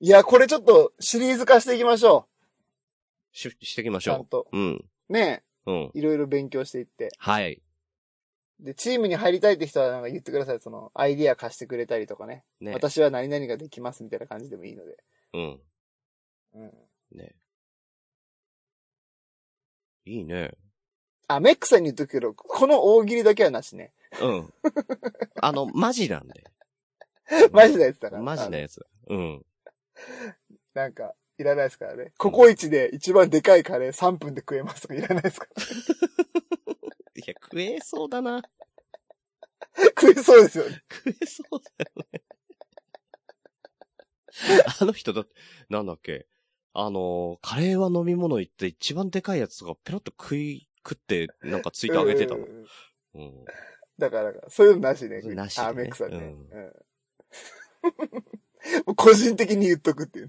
[SPEAKER 1] いや、これちょっとシリーズ化していきましょ
[SPEAKER 3] し、していきま
[SPEAKER 1] う。
[SPEAKER 3] し
[SPEAKER 1] ちゃん
[SPEAKER 3] ょ
[SPEAKER 1] と。
[SPEAKER 3] う。うん。
[SPEAKER 1] ね
[SPEAKER 3] うん。
[SPEAKER 1] えいろいろ勉強していって。
[SPEAKER 3] はい。
[SPEAKER 1] で、チームに入りたいって人はなんか言ってください。その、アイディア貸してくれたりとかね。
[SPEAKER 3] ね。
[SPEAKER 1] 私は何々ができますみたいな感じでもいいので。
[SPEAKER 3] うん。
[SPEAKER 1] うん。
[SPEAKER 3] ね。いいね。
[SPEAKER 1] あ、メックさんに言っとくけど、この大喜利だけはなしね。 [LAUGHS]
[SPEAKER 3] うん。 [LAUGHS] あの、マジなんで。
[SPEAKER 1] マジなやつだか
[SPEAKER 3] [LAUGHS]
[SPEAKER 1] ら。
[SPEAKER 3] マジな
[SPEAKER 1] ね。
[SPEAKER 3] やつ。うん。
[SPEAKER 1] なんか、いらないですからね。ココイチで一番でかいカレー3分で食えますとかいらないで
[SPEAKER 3] [LAUGHS]
[SPEAKER 1] すから。
[SPEAKER 3] いや、食えそうだな。
[SPEAKER 1] 食えそうですよね。
[SPEAKER 3] 食えそうだよね。 [LAUGHS] あの人だって、なんだっけ。あのー、カレーは飲み物行って一番でかいやつとかペロッと食い、食って、なんかツイート上げてたの
[SPEAKER 1] う。ん
[SPEAKER 3] うん。
[SPEAKER 1] だから、そういうのなしね。
[SPEAKER 3] なしでね
[SPEAKER 1] あ、メックさんね。
[SPEAKER 3] う
[SPEAKER 1] うんん。もう [LAUGHS] 個人的に言っとくっ
[SPEAKER 3] [LAUGHS]
[SPEAKER 1] ていう。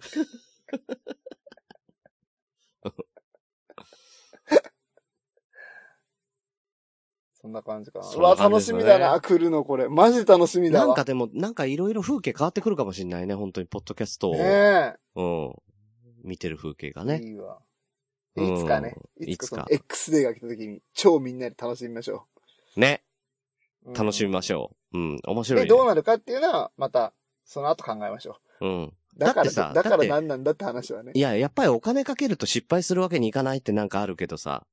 [SPEAKER 1] そんな感じかな。
[SPEAKER 3] そ
[SPEAKER 1] うん
[SPEAKER 3] な
[SPEAKER 1] わ、
[SPEAKER 3] 感じ
[SPEAKER 1] 楽
[SPEAKER 3] です
[SPEAKER 1] し
[SPEAKER 3] ね
[SPEAKER 1] みだな、来るのこれ。マジ楽しみだわ。
[SPEAKER 3] なんかでも、なんかいろいろ風景変わってくるかもしれないね、本当に、ポッドキャストを。
[SPEAKER 1] ね
[SPEAKER 3] うん。見てる風景が
[SPEAKER 1] え。
[SPEAKER 3] ね。
[SPEAKER 1] いいわ。
[SPEAKER 3] う
[SPEAKER 1] い
[SPEAKER 3] ん
[SPEAKER 1] つかね。いつかその
[SPEAKER 3] いつ
[SPEAKER 1] X デーが来た時に、超みんなで楽しみましょ
[SPEAKER 3] ね。
[SPEAKER 1] う。うん
[SPEAKER 3] 楽しみましょう。うん。面白い、ね。
[SPEAKER 1] で、どうなるかっていうのは、また、その後考えましょ
[SPEAKER 3] うん。
[SPEAKER 1] う。だ
[SPEAKER 3] だっ
[SPEAKER 1] か
[SPEAKER 3] て
[SPEAKER 1] ら、
[SPEAKER 3] さ
[SPEAKER 1] だか
[SPEAKER 3] だっ
[SPEAKER 1] ら
[SPEAKER 3] て
[SPEAKER 1] 何なんだって話はね
[SPEAKER 3] い。や、やっぱりお金かけると失敗するわけにいかないってなんかあるけどさ。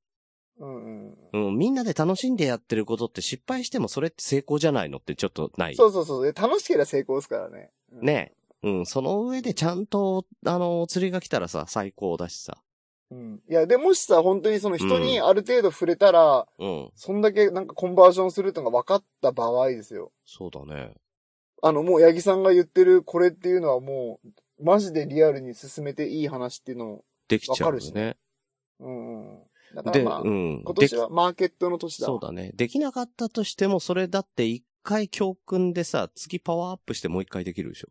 [SPEAKER 1] うんうん。
[SPEAKER 3] うん。みんなで楽しんでやってることって失敗してもそれって成功じゃないのってちょっとない。
[SPEAKER 1] そうそうそう。で楽しければ成功ですからね。うん。
[SPEAKER 3] ね。うん。その上でちゃんと、あの、お釣りが来たらさ、最高だしさ。
[SPEAKER 1] うん。いや、で、もしさ、本当にその人に
[SPEAKER 3] う
[SPEAKER 1] ある程度触れたら、
[SPEAKER 3] うん。
[SPEAKER 1] そんだけなんかコンバージョンするってのが分かった場合ですよ。
[SPEAKER 3] そうだね。
[SPEAKER 1] あの、もう八木さんが言ってるこれっていうのはもう、マジでリアルに進めていい話っていうのも、
[SPEAKER 3] できちゃうよ
[SPEAKER 1] わかるし
[SPEAKER 3] ね。
[SPEAKER 1] うんうん。だか
[SPEAKER 3] で、
[SPEAKER 1] らまあ、
[SPEAKER 3] うん。
[SPEAKER 1] 今
[SPEAKER 3] で
[SPEAKER 1] 年はマーケットの年だ。
[SPEAKER 3] そう。だね。できなかったとしても、それだって一回教訓でさ、次パワーアップしてもう一回できるでしょ。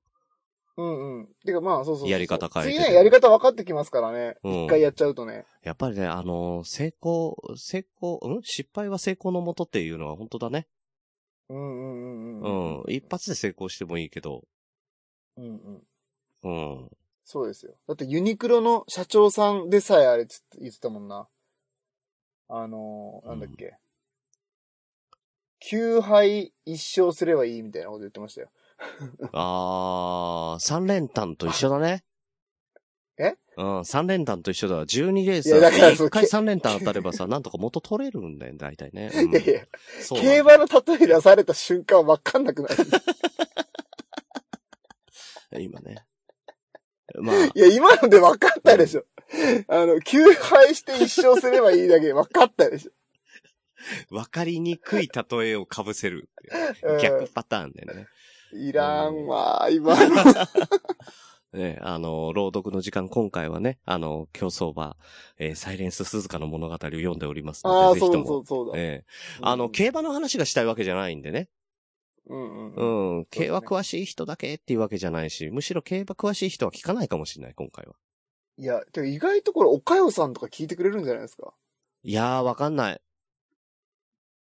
[SPEAKER 1] うんうん。てかまあ、そうそうそう
[SPEAKER 3] やり方変えて
[SPEAKER 1] 次ね、やり方分かってきますからね。
[SPEAKER 3] うん
[SPEAKER 1] 一回やっちゃうとね。
[SPEAKER 3] やっぱりね、あのー成功、成功、うん失敗は成功のもとっていうのは本当だね。
[SPEAKER 1] うんうんうん
[SPEAKER 3] う
[SPEAKER 1] うん。
[SPEAKER 3] ん。一発で成功してもいいけど。
[SPEAKER 1] うんうん。 [LAUGHS]
[SPEAKER 3] うん。
[SPEAKER 1] そうですよ。だってユニクロの社長さんでさえあれつ言ってたもんな。あのー、なんだっけ。9敗1勝すればいいみたいなこと言ってましたよ。
[SPEAKER 3] あー、三連単と一緒だね。
[SPEAKER 1] [LAUGHS] え
[SPEAKER 3] うん、三連単と一緒だわ。12レース
[SPEAKER 1] いやだからそう
[SPEAKER 3] 一回三連単当たれ
[SPEAKER 1] [LAUGHS]
[SPEAKER 3] ばさ、なんとか元取れるんだよ、大体ね。うん
[SPEAKER 1] いやいや、
[SPEAKER 3] そうなんだ
[SPEAKER 1] 競馬の例え出された瞬間わかんなくなる。
[SPEAKER 3] 今ね。
[SPEAKER 1] [LAUGHS]
[SPEAKER 3] まあ、
[SPEAKER 1] いや、今ので分かったでしょ。あの、9敗して1勝すればいいだけで分かったでしょ。
[SPEAKER 3] わかりにくい例えを被せるっていう。
[SPEAKER 1] うん
[SPEAKER 3] 逆パターンでね。
[SPEAKER 1] いらんわ、今の。
[SPEAKER 3] ね、あの、朗読の時間、今回はね、あの、競争場、えーサイレンス鈴鹿の物語を読んでおります
[SPEAKER 1] あ
[SPEAKER 3] の
[SPEAKER 1] あ、
[SPEAKER 3] で、ぜひ
[SPEAKER 1] そう
[SPEAKER 3] と
[SPEAKER 1] だ、そ
[SPEAKER 3] も。
[SPEAKER 1] うだ、そうだ。
[SPEAKER 3] ええあの、競馬の話がしたいわけじゃないんでね。
[SPEAKER 1] うんうん。
[SPEAKER 3] うん。
[SPEAKER 1] すね
[SPEAKER 3] 競馬詳しい人だけっていうわけじゃないし、むしろ競馬詳しい人は聞かないかもしれない、今回は。
[SPEAKER 1] いや、てか意外とこれ、おかよさんとか聞いてくれるんじゃないですか。
[SPEAKER 3] いやー、わかんない。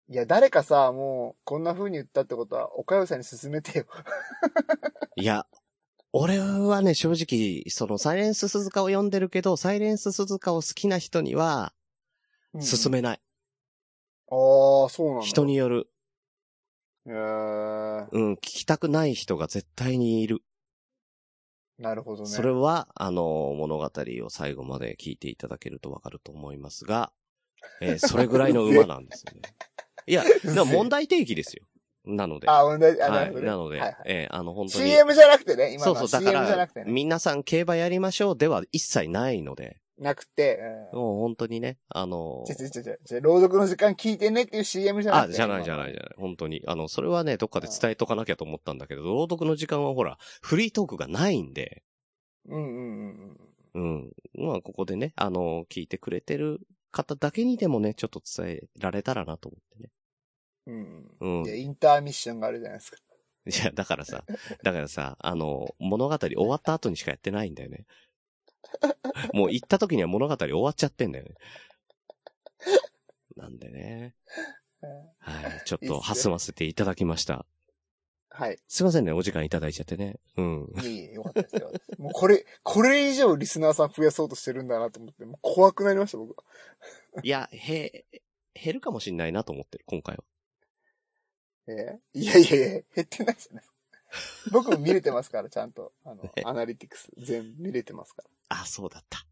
[SPEAKER 1] いや、誰かさ、もう、こんな風に言ったってことは、おかよさんに勧めてよ。
[SPEAKER 3] いや、俺はね、正直、その、サイレンス鈴鹿を読んでるけど、サイレンス鈴鹿を好きな人には、
[SPEAKER 1] 勧
[SPEAKER 3] 勧。めない。
[SPEAKER 1] ああ、そうなんだ。
[SPEAKER 3] 人。による。
[SPEAKER 1] えー、
[SPEAKER 3] うん、聞きたくない人が絶対にいる。
[SPEAKER 1] なるほどね。
[SPEAKER 3] それは、あの、物語を最後まで聞いていただけるとわかると思います
[SPEAKER 1] [LAUGHS]
[SPEAKER 3] が、えーそれぐらいの馬なんですよね。い
[SPEAKER 1] [LAUGHS]
[SPEAKER 3] や、でも問題提起ですよ。なので。
[SPEAKER 1] あ、同じ、あ、な
[SPEAKER 3] は
[SPEAKER 1] る
[SPEAKER 3] い。
[SPEAKER 1] ほどね。
[SPEAKER 3] なので、
[SPEAKER 1] はいはい
[SPEAKER 3] えーあの、本当に。
[SPEAKER 1] CM じゃなくてね、今
[SPEAKER 3] そ
[SPEAKER 1] の
[SPEAKER 3] うそ
[SPEAKER 1] は
[SPEAKER 3] う、だ
[SPEAKER 1] CM
[SPEAKER 3] か
[SPEAKER 1] じゃな
[SPEAKER 3] ら
[SPEAKER 1] くて、ね。
[SPEAKER 3] 皆さん競馬やりましょうでは一切ないので、
[SPEAKER 1] なくて、うん。
[SPEAKER 3] もう本当にね、あの
[SPEAKER 1] ちょ、ちょちょちょちょ、朗読の時間聞いてねっていう CM じゃな
[SPEAKER 3] あ、
[SPEAKER 1] くて。
[SPEAKER 3] じゃないじゃない
[SPEAKER 1] い。
[SPEAKER 3] じゃない。本当に。あの、それはね、どっかで伝えとかなきゃと思ったんだけど、朗読の時間はほら、フリートークがないんで、
[SPEAKER 1] うんうんうんうん。
[SPEAKER 3] うん。まあ、ここでね、あの、聞いてくれてる方だけにでもね、ちょっと伝えられたらなと思ってね。
[SPEAKER 1] うん
[SPEAKER 3] うん
[SPEAKER 1] いや、インターミッションがあるじゃないですか。
[SPEAKER 3] いや、だからさ、だからさ、あの、物語終わった後にしかやってないんだよね。もう行った時には物語終わっちゃってんだよね。なんでね。はい、ちょっ
[SPEAKER 1] い
[SPEAKER 3] と
[SPEAKER 1] いっすよ
[SPEAKER 3] 弾ませていただきました。
[SPEAKER 1] はい。
[SPEAKER 3] すいませんね、お時間いただいちゃってね。うん。
[SPEAKER 1] いえいえ、よかったですよ。もうこれ、これ以上リスナーさん増やそうとしてるんだなと思って、もう怖くなりました、僕は。
[SPEAKER 3] いや、へ、減るかもしんないなと思ってる、今回は。
[SPEAKER 1] ええいやいやいや、減ってないじゃないですか。僕も見れてますから、ちゃんと。あの、アナリティクス全部見れてますか
[SPEAKER 3] あ、そうだった。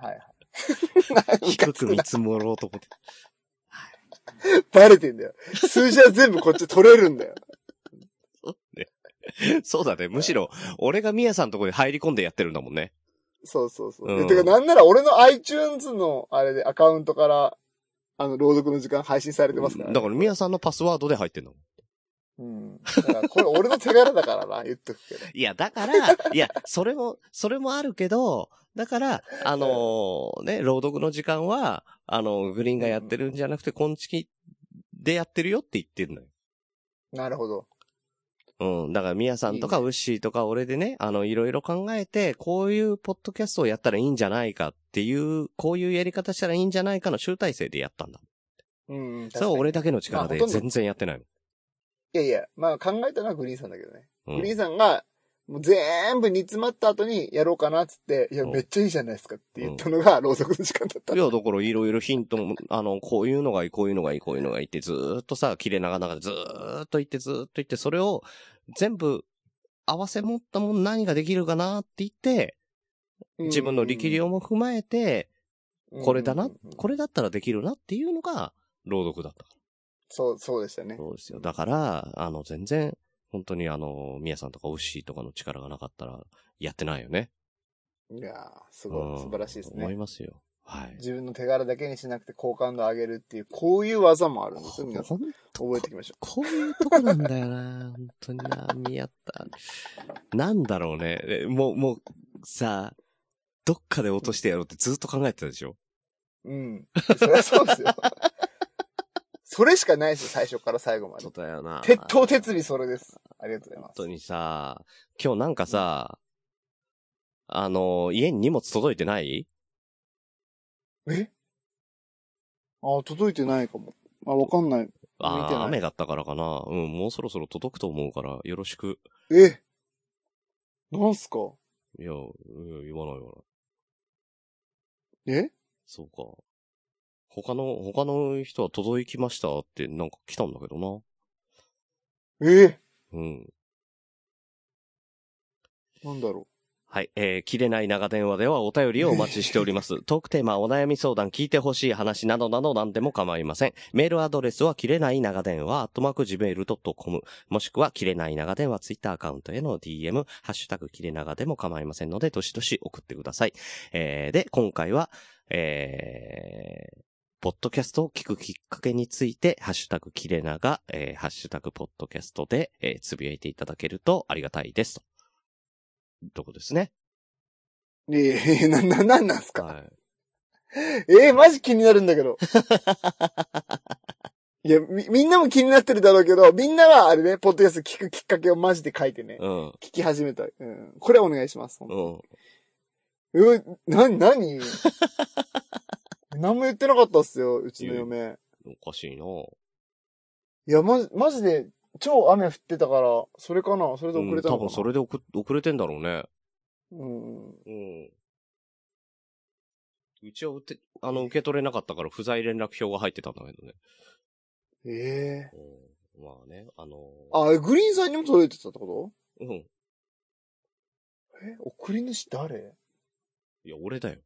[SPEAKER 1] ら。はいはい。
[SPEAKER 3] 低く見積もろうと思って。
[SPEAKER 1] バレてんだよ。数字は全部こっち取れるんだよ。
[SPEAKER 3] そうだね。むしろ、俺がミヤさんのとこに入り込んでやってるんだもんね。
[SPEAKER 1] そうそうそう。
[SPEAKER 3] うん
[SPEAKER 1] でてか、なんなら俺の iTunes の、あれで、アカウントから、あの、朗読の時間配信されてますから、ね。
[SPEAKER 3] だからミヤさんのパスワードで入ってんだもん。
[SPEAKER 1] うん。だから、これ俺の手柄だからな、言っとくけど。
[SPEAKER 3] いや、だ [LAUGHS] から、いや、それも、それもあるけど、だから、あのーね、朗読の時間は、あのーグリーンがやってるんじゃなくて、こんちきでやってるよって言ってんのよ。
[SPEAKER 1] なるほど。
[SPEAKER 3] うん。だから、ミヤさんとか、
[SPEAKER 1] いい
[SPEAKER 3] ウッシーとか、俺でね、あの、いろいろ考えて、こういうポッドキャストをやったらいいんじゃないかっていう、こういうやり方したらいいんじゃないかの集大成でやったんだ。
[SPEAKER 1] うん、うん。
[SPEAKER 3] それは俺
[SPEAKER 1] だ。
[SPEAKER 3] だけの力
[SPEAKER 1] まあ
[SPEAKER 3] で
[SPEAKER 1] ほとんど
[SPEAKER 3] 全然やってない
[SPEAKER 1] いやいや、まあ考えたのはグリーンさんだけどね。
[SPEAKER 3] もん。うん
[SPEAKER 1] グリーンさんが、もう全部煮詰まった後にやろうかなっつって、いや、
[SPEAKER 3] うん
[SPEAKER 1] めっちゃいいじゃないですかって言ったのが、ろうそくの時間だった
[SPEAKER 3] い。や、だからいろいろヒントも、あの、こういうのがいい、こういうのがいい、こういうのがいいってずーっとさ、切れ長々でずーっと言ってずーっと言って、それを全部合わせ持ったもん何ができるかなって言って、自分の力量も踏まえて、
[SPEAKER 1] うん
[SPEAKER 3] これだな、
[SPEAKER 1] うんうん
[SPEAKER 3] これだったらできるなっていうのが、朗読だったか
[SPEAKER 1] そう、そうでした
[SPEAKER 3] ら。
[SPEAKER 1] ね。
[SPEAKER 3] そうですよ。だから、あの、全然、本当にあの、みやさんとかおっしーとかの力がなかったら、やってないよね。
[SPEAKER 1] いやーす
[SPEAKER 3] う
[SPEAKER 1] ご
[SPEAKER 3] ん
[SPEAKER 1] い、素晴らしいです
[SPEAKER 3] 思い
[SPEAKER 1] ね。
[SPEAKER 3] ますよ。はい。
[SPEAKER 1] 自分の手柄だけにしなくて好感度上げるっていう、こういう技もあるんですよ、皆さん。
[SPEAKER 3] ほんと
[SPEAKER 1] 覚えておきましょ
[SPEAKER 3] こういうとこなんだよな、本当にな、見合った。なんだろうね。えもう、もう、さ、どっかで落としてやろうってずっと考えてたでしょ
[SPEAKER 1] う。うん。そりゃそうですよ。それしかないですよ、最初から最後まで
[SPEAKER 3] そう。だよな。
[SPEAKER 1] 鉄頭鉄尾それです。ありがとうございま
[SPEAKER 3] 本
[SPEAKER 1] す
[SPEAKER 3] 当。にさ、今日なんかさ、あの、家に荷物届いてない
[SPEAKER 1] えあ、届いてないかも。あ、わかんない。見て
[SPEAKER 3] あ
[SPEAKER 1] な
[SPEAKER 3] あ、
[SPEAKER 1] い
[SPEAKER 3] 雨だったからかな。うん、もうそろそろ届くと思うから、よろしく。
[SPEAKER 1] えなんすか
[SPEAKER 3] いや、うん言わない言わない。
[SPEAKER 1] え
[SPEAKER 3] そうか。他の、他の人は届きましたってなんか来たんだけどな。
[SPEAKER 1] え
[SPEAKER 3] うん。
[SPEAKER 1] なんだろ
[SPEAKER 3] はい。えー切れない長電話ではお便りをお待ちしております。トークテーマ、お悩み相談、聞いてほしい話などなど何でも構いません。メールアドレスは、切れない長電話、アットマーク Gmail.com、もしくは、切れない長電話、ツイッターアカウントへの DM、ハッシュタグ、切れ長でも構いませんので、どしどし送ってください。えーで、今回は、えーポッドキャストを聞くきっかけについて、ハッシュタグ、切れ長、えーハッシュタグ、ポッドキャストで、えーつぶやいていただけるとありがたいです。とこですね。
[SPEAKER 1] ええ、な、な、なんなんすか、
[SPEAKER 3] は
[SPEAKER 1] ええマジ気になるんだけど。いや、み、みんなも気になってるだろうけど、みんなはあれね、ポッドキャスト聞くきっかけをマジで書いてね
[SPEAKER 3] い。。うん。
[SPEAKER 1] 聞き始めた。うん。これはお願いします。
[SPEAKER 3] うん。
[SPEAKER 1] うえ、な、なに何も言ってなかったっすよ、うちの嫁。
[SPEAKER 3] おかしいない
[SPEAKER 1] や、まじ、まじで、超雨降ってたから、それかなそれで遅れた
[SPEAKER 3] うん、多
[SPEAKER 1] のかな、うん、
[SPEAKER 3] 分それで遅遅れてんだろうね。
[SPEAKER 1] うん。
[SPEAKER 3] うん。うちはうて、あの、受け取れなかったから不在連絡票が入ってたんだけどね。
[SPEAKER 1] ええ
[SPEAKER 3] うん、まあね、あの
[SPEAKER 1] あ、グリーンさんにも届いてたってこ
[SPEAKER 3] うん。
[SPEAKER 1] とえ、送り主誰
[SPEAKER 3] いや、俺だよ。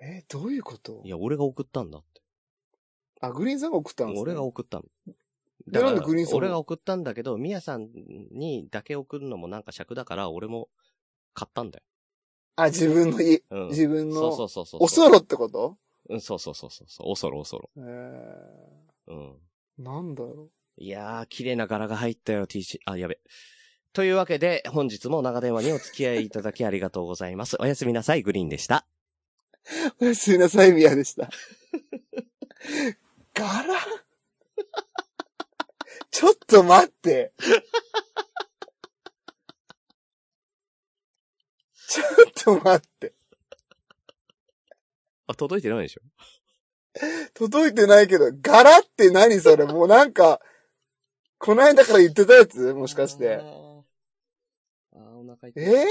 [SPEAKER 1] え、どういうこと
[SPEAKER 3] いや、俺が送ったんだって。
[SPEAKER 1] あ、グリーンさんが送ったんです、ね、
[SPEAKER 3] 俺が送ったの。
[SPEAKER 1] でなんでグリーンさんも
[SPEAKER 3] 俺が送ったんだけど、ミヤさんにだけ送るのもなんか尺だから、俺も買ったんだよ。
[SPEAKER 1] あ、自分の家、
[SPEAKER 3] うん。
[SPEAKER 1] 自分の、
[SPEAKER 3] そうそうそうそう。
[SPEAKER 1] おそろってこと
[SPEAKER 3] うん、そうそうそうそうそう。おそろおそろ。
[SPEAKER 1] え
[SPEAKER 3] うん。
[SPEAKER 1] ー、なんだろ
[SPEAKER 3] いやー、綺麗な柄が入ったよ、T シあ、やべ。というわけで、本日も長電話にお付き合いいただきありがとうございます。おやすみなさい、グリーンでした。
[SPEAKER 1] う。 [LAUGHS] おやすみなさい、ミヤでした。 [LAUGHS] 柄 [LAUGHS] ちょっと待って。 [LAUGHS] ちょっと待って。
[SPEAKER 3] あ、届いてないでしょ
[SPEAKER 1] 届いてないけど、柄って何それもうなんか、この間から言ってたやつもしかして。。
[SPEAKER 3] あーあー、お腹痛い。
[SPEAKER 1] えー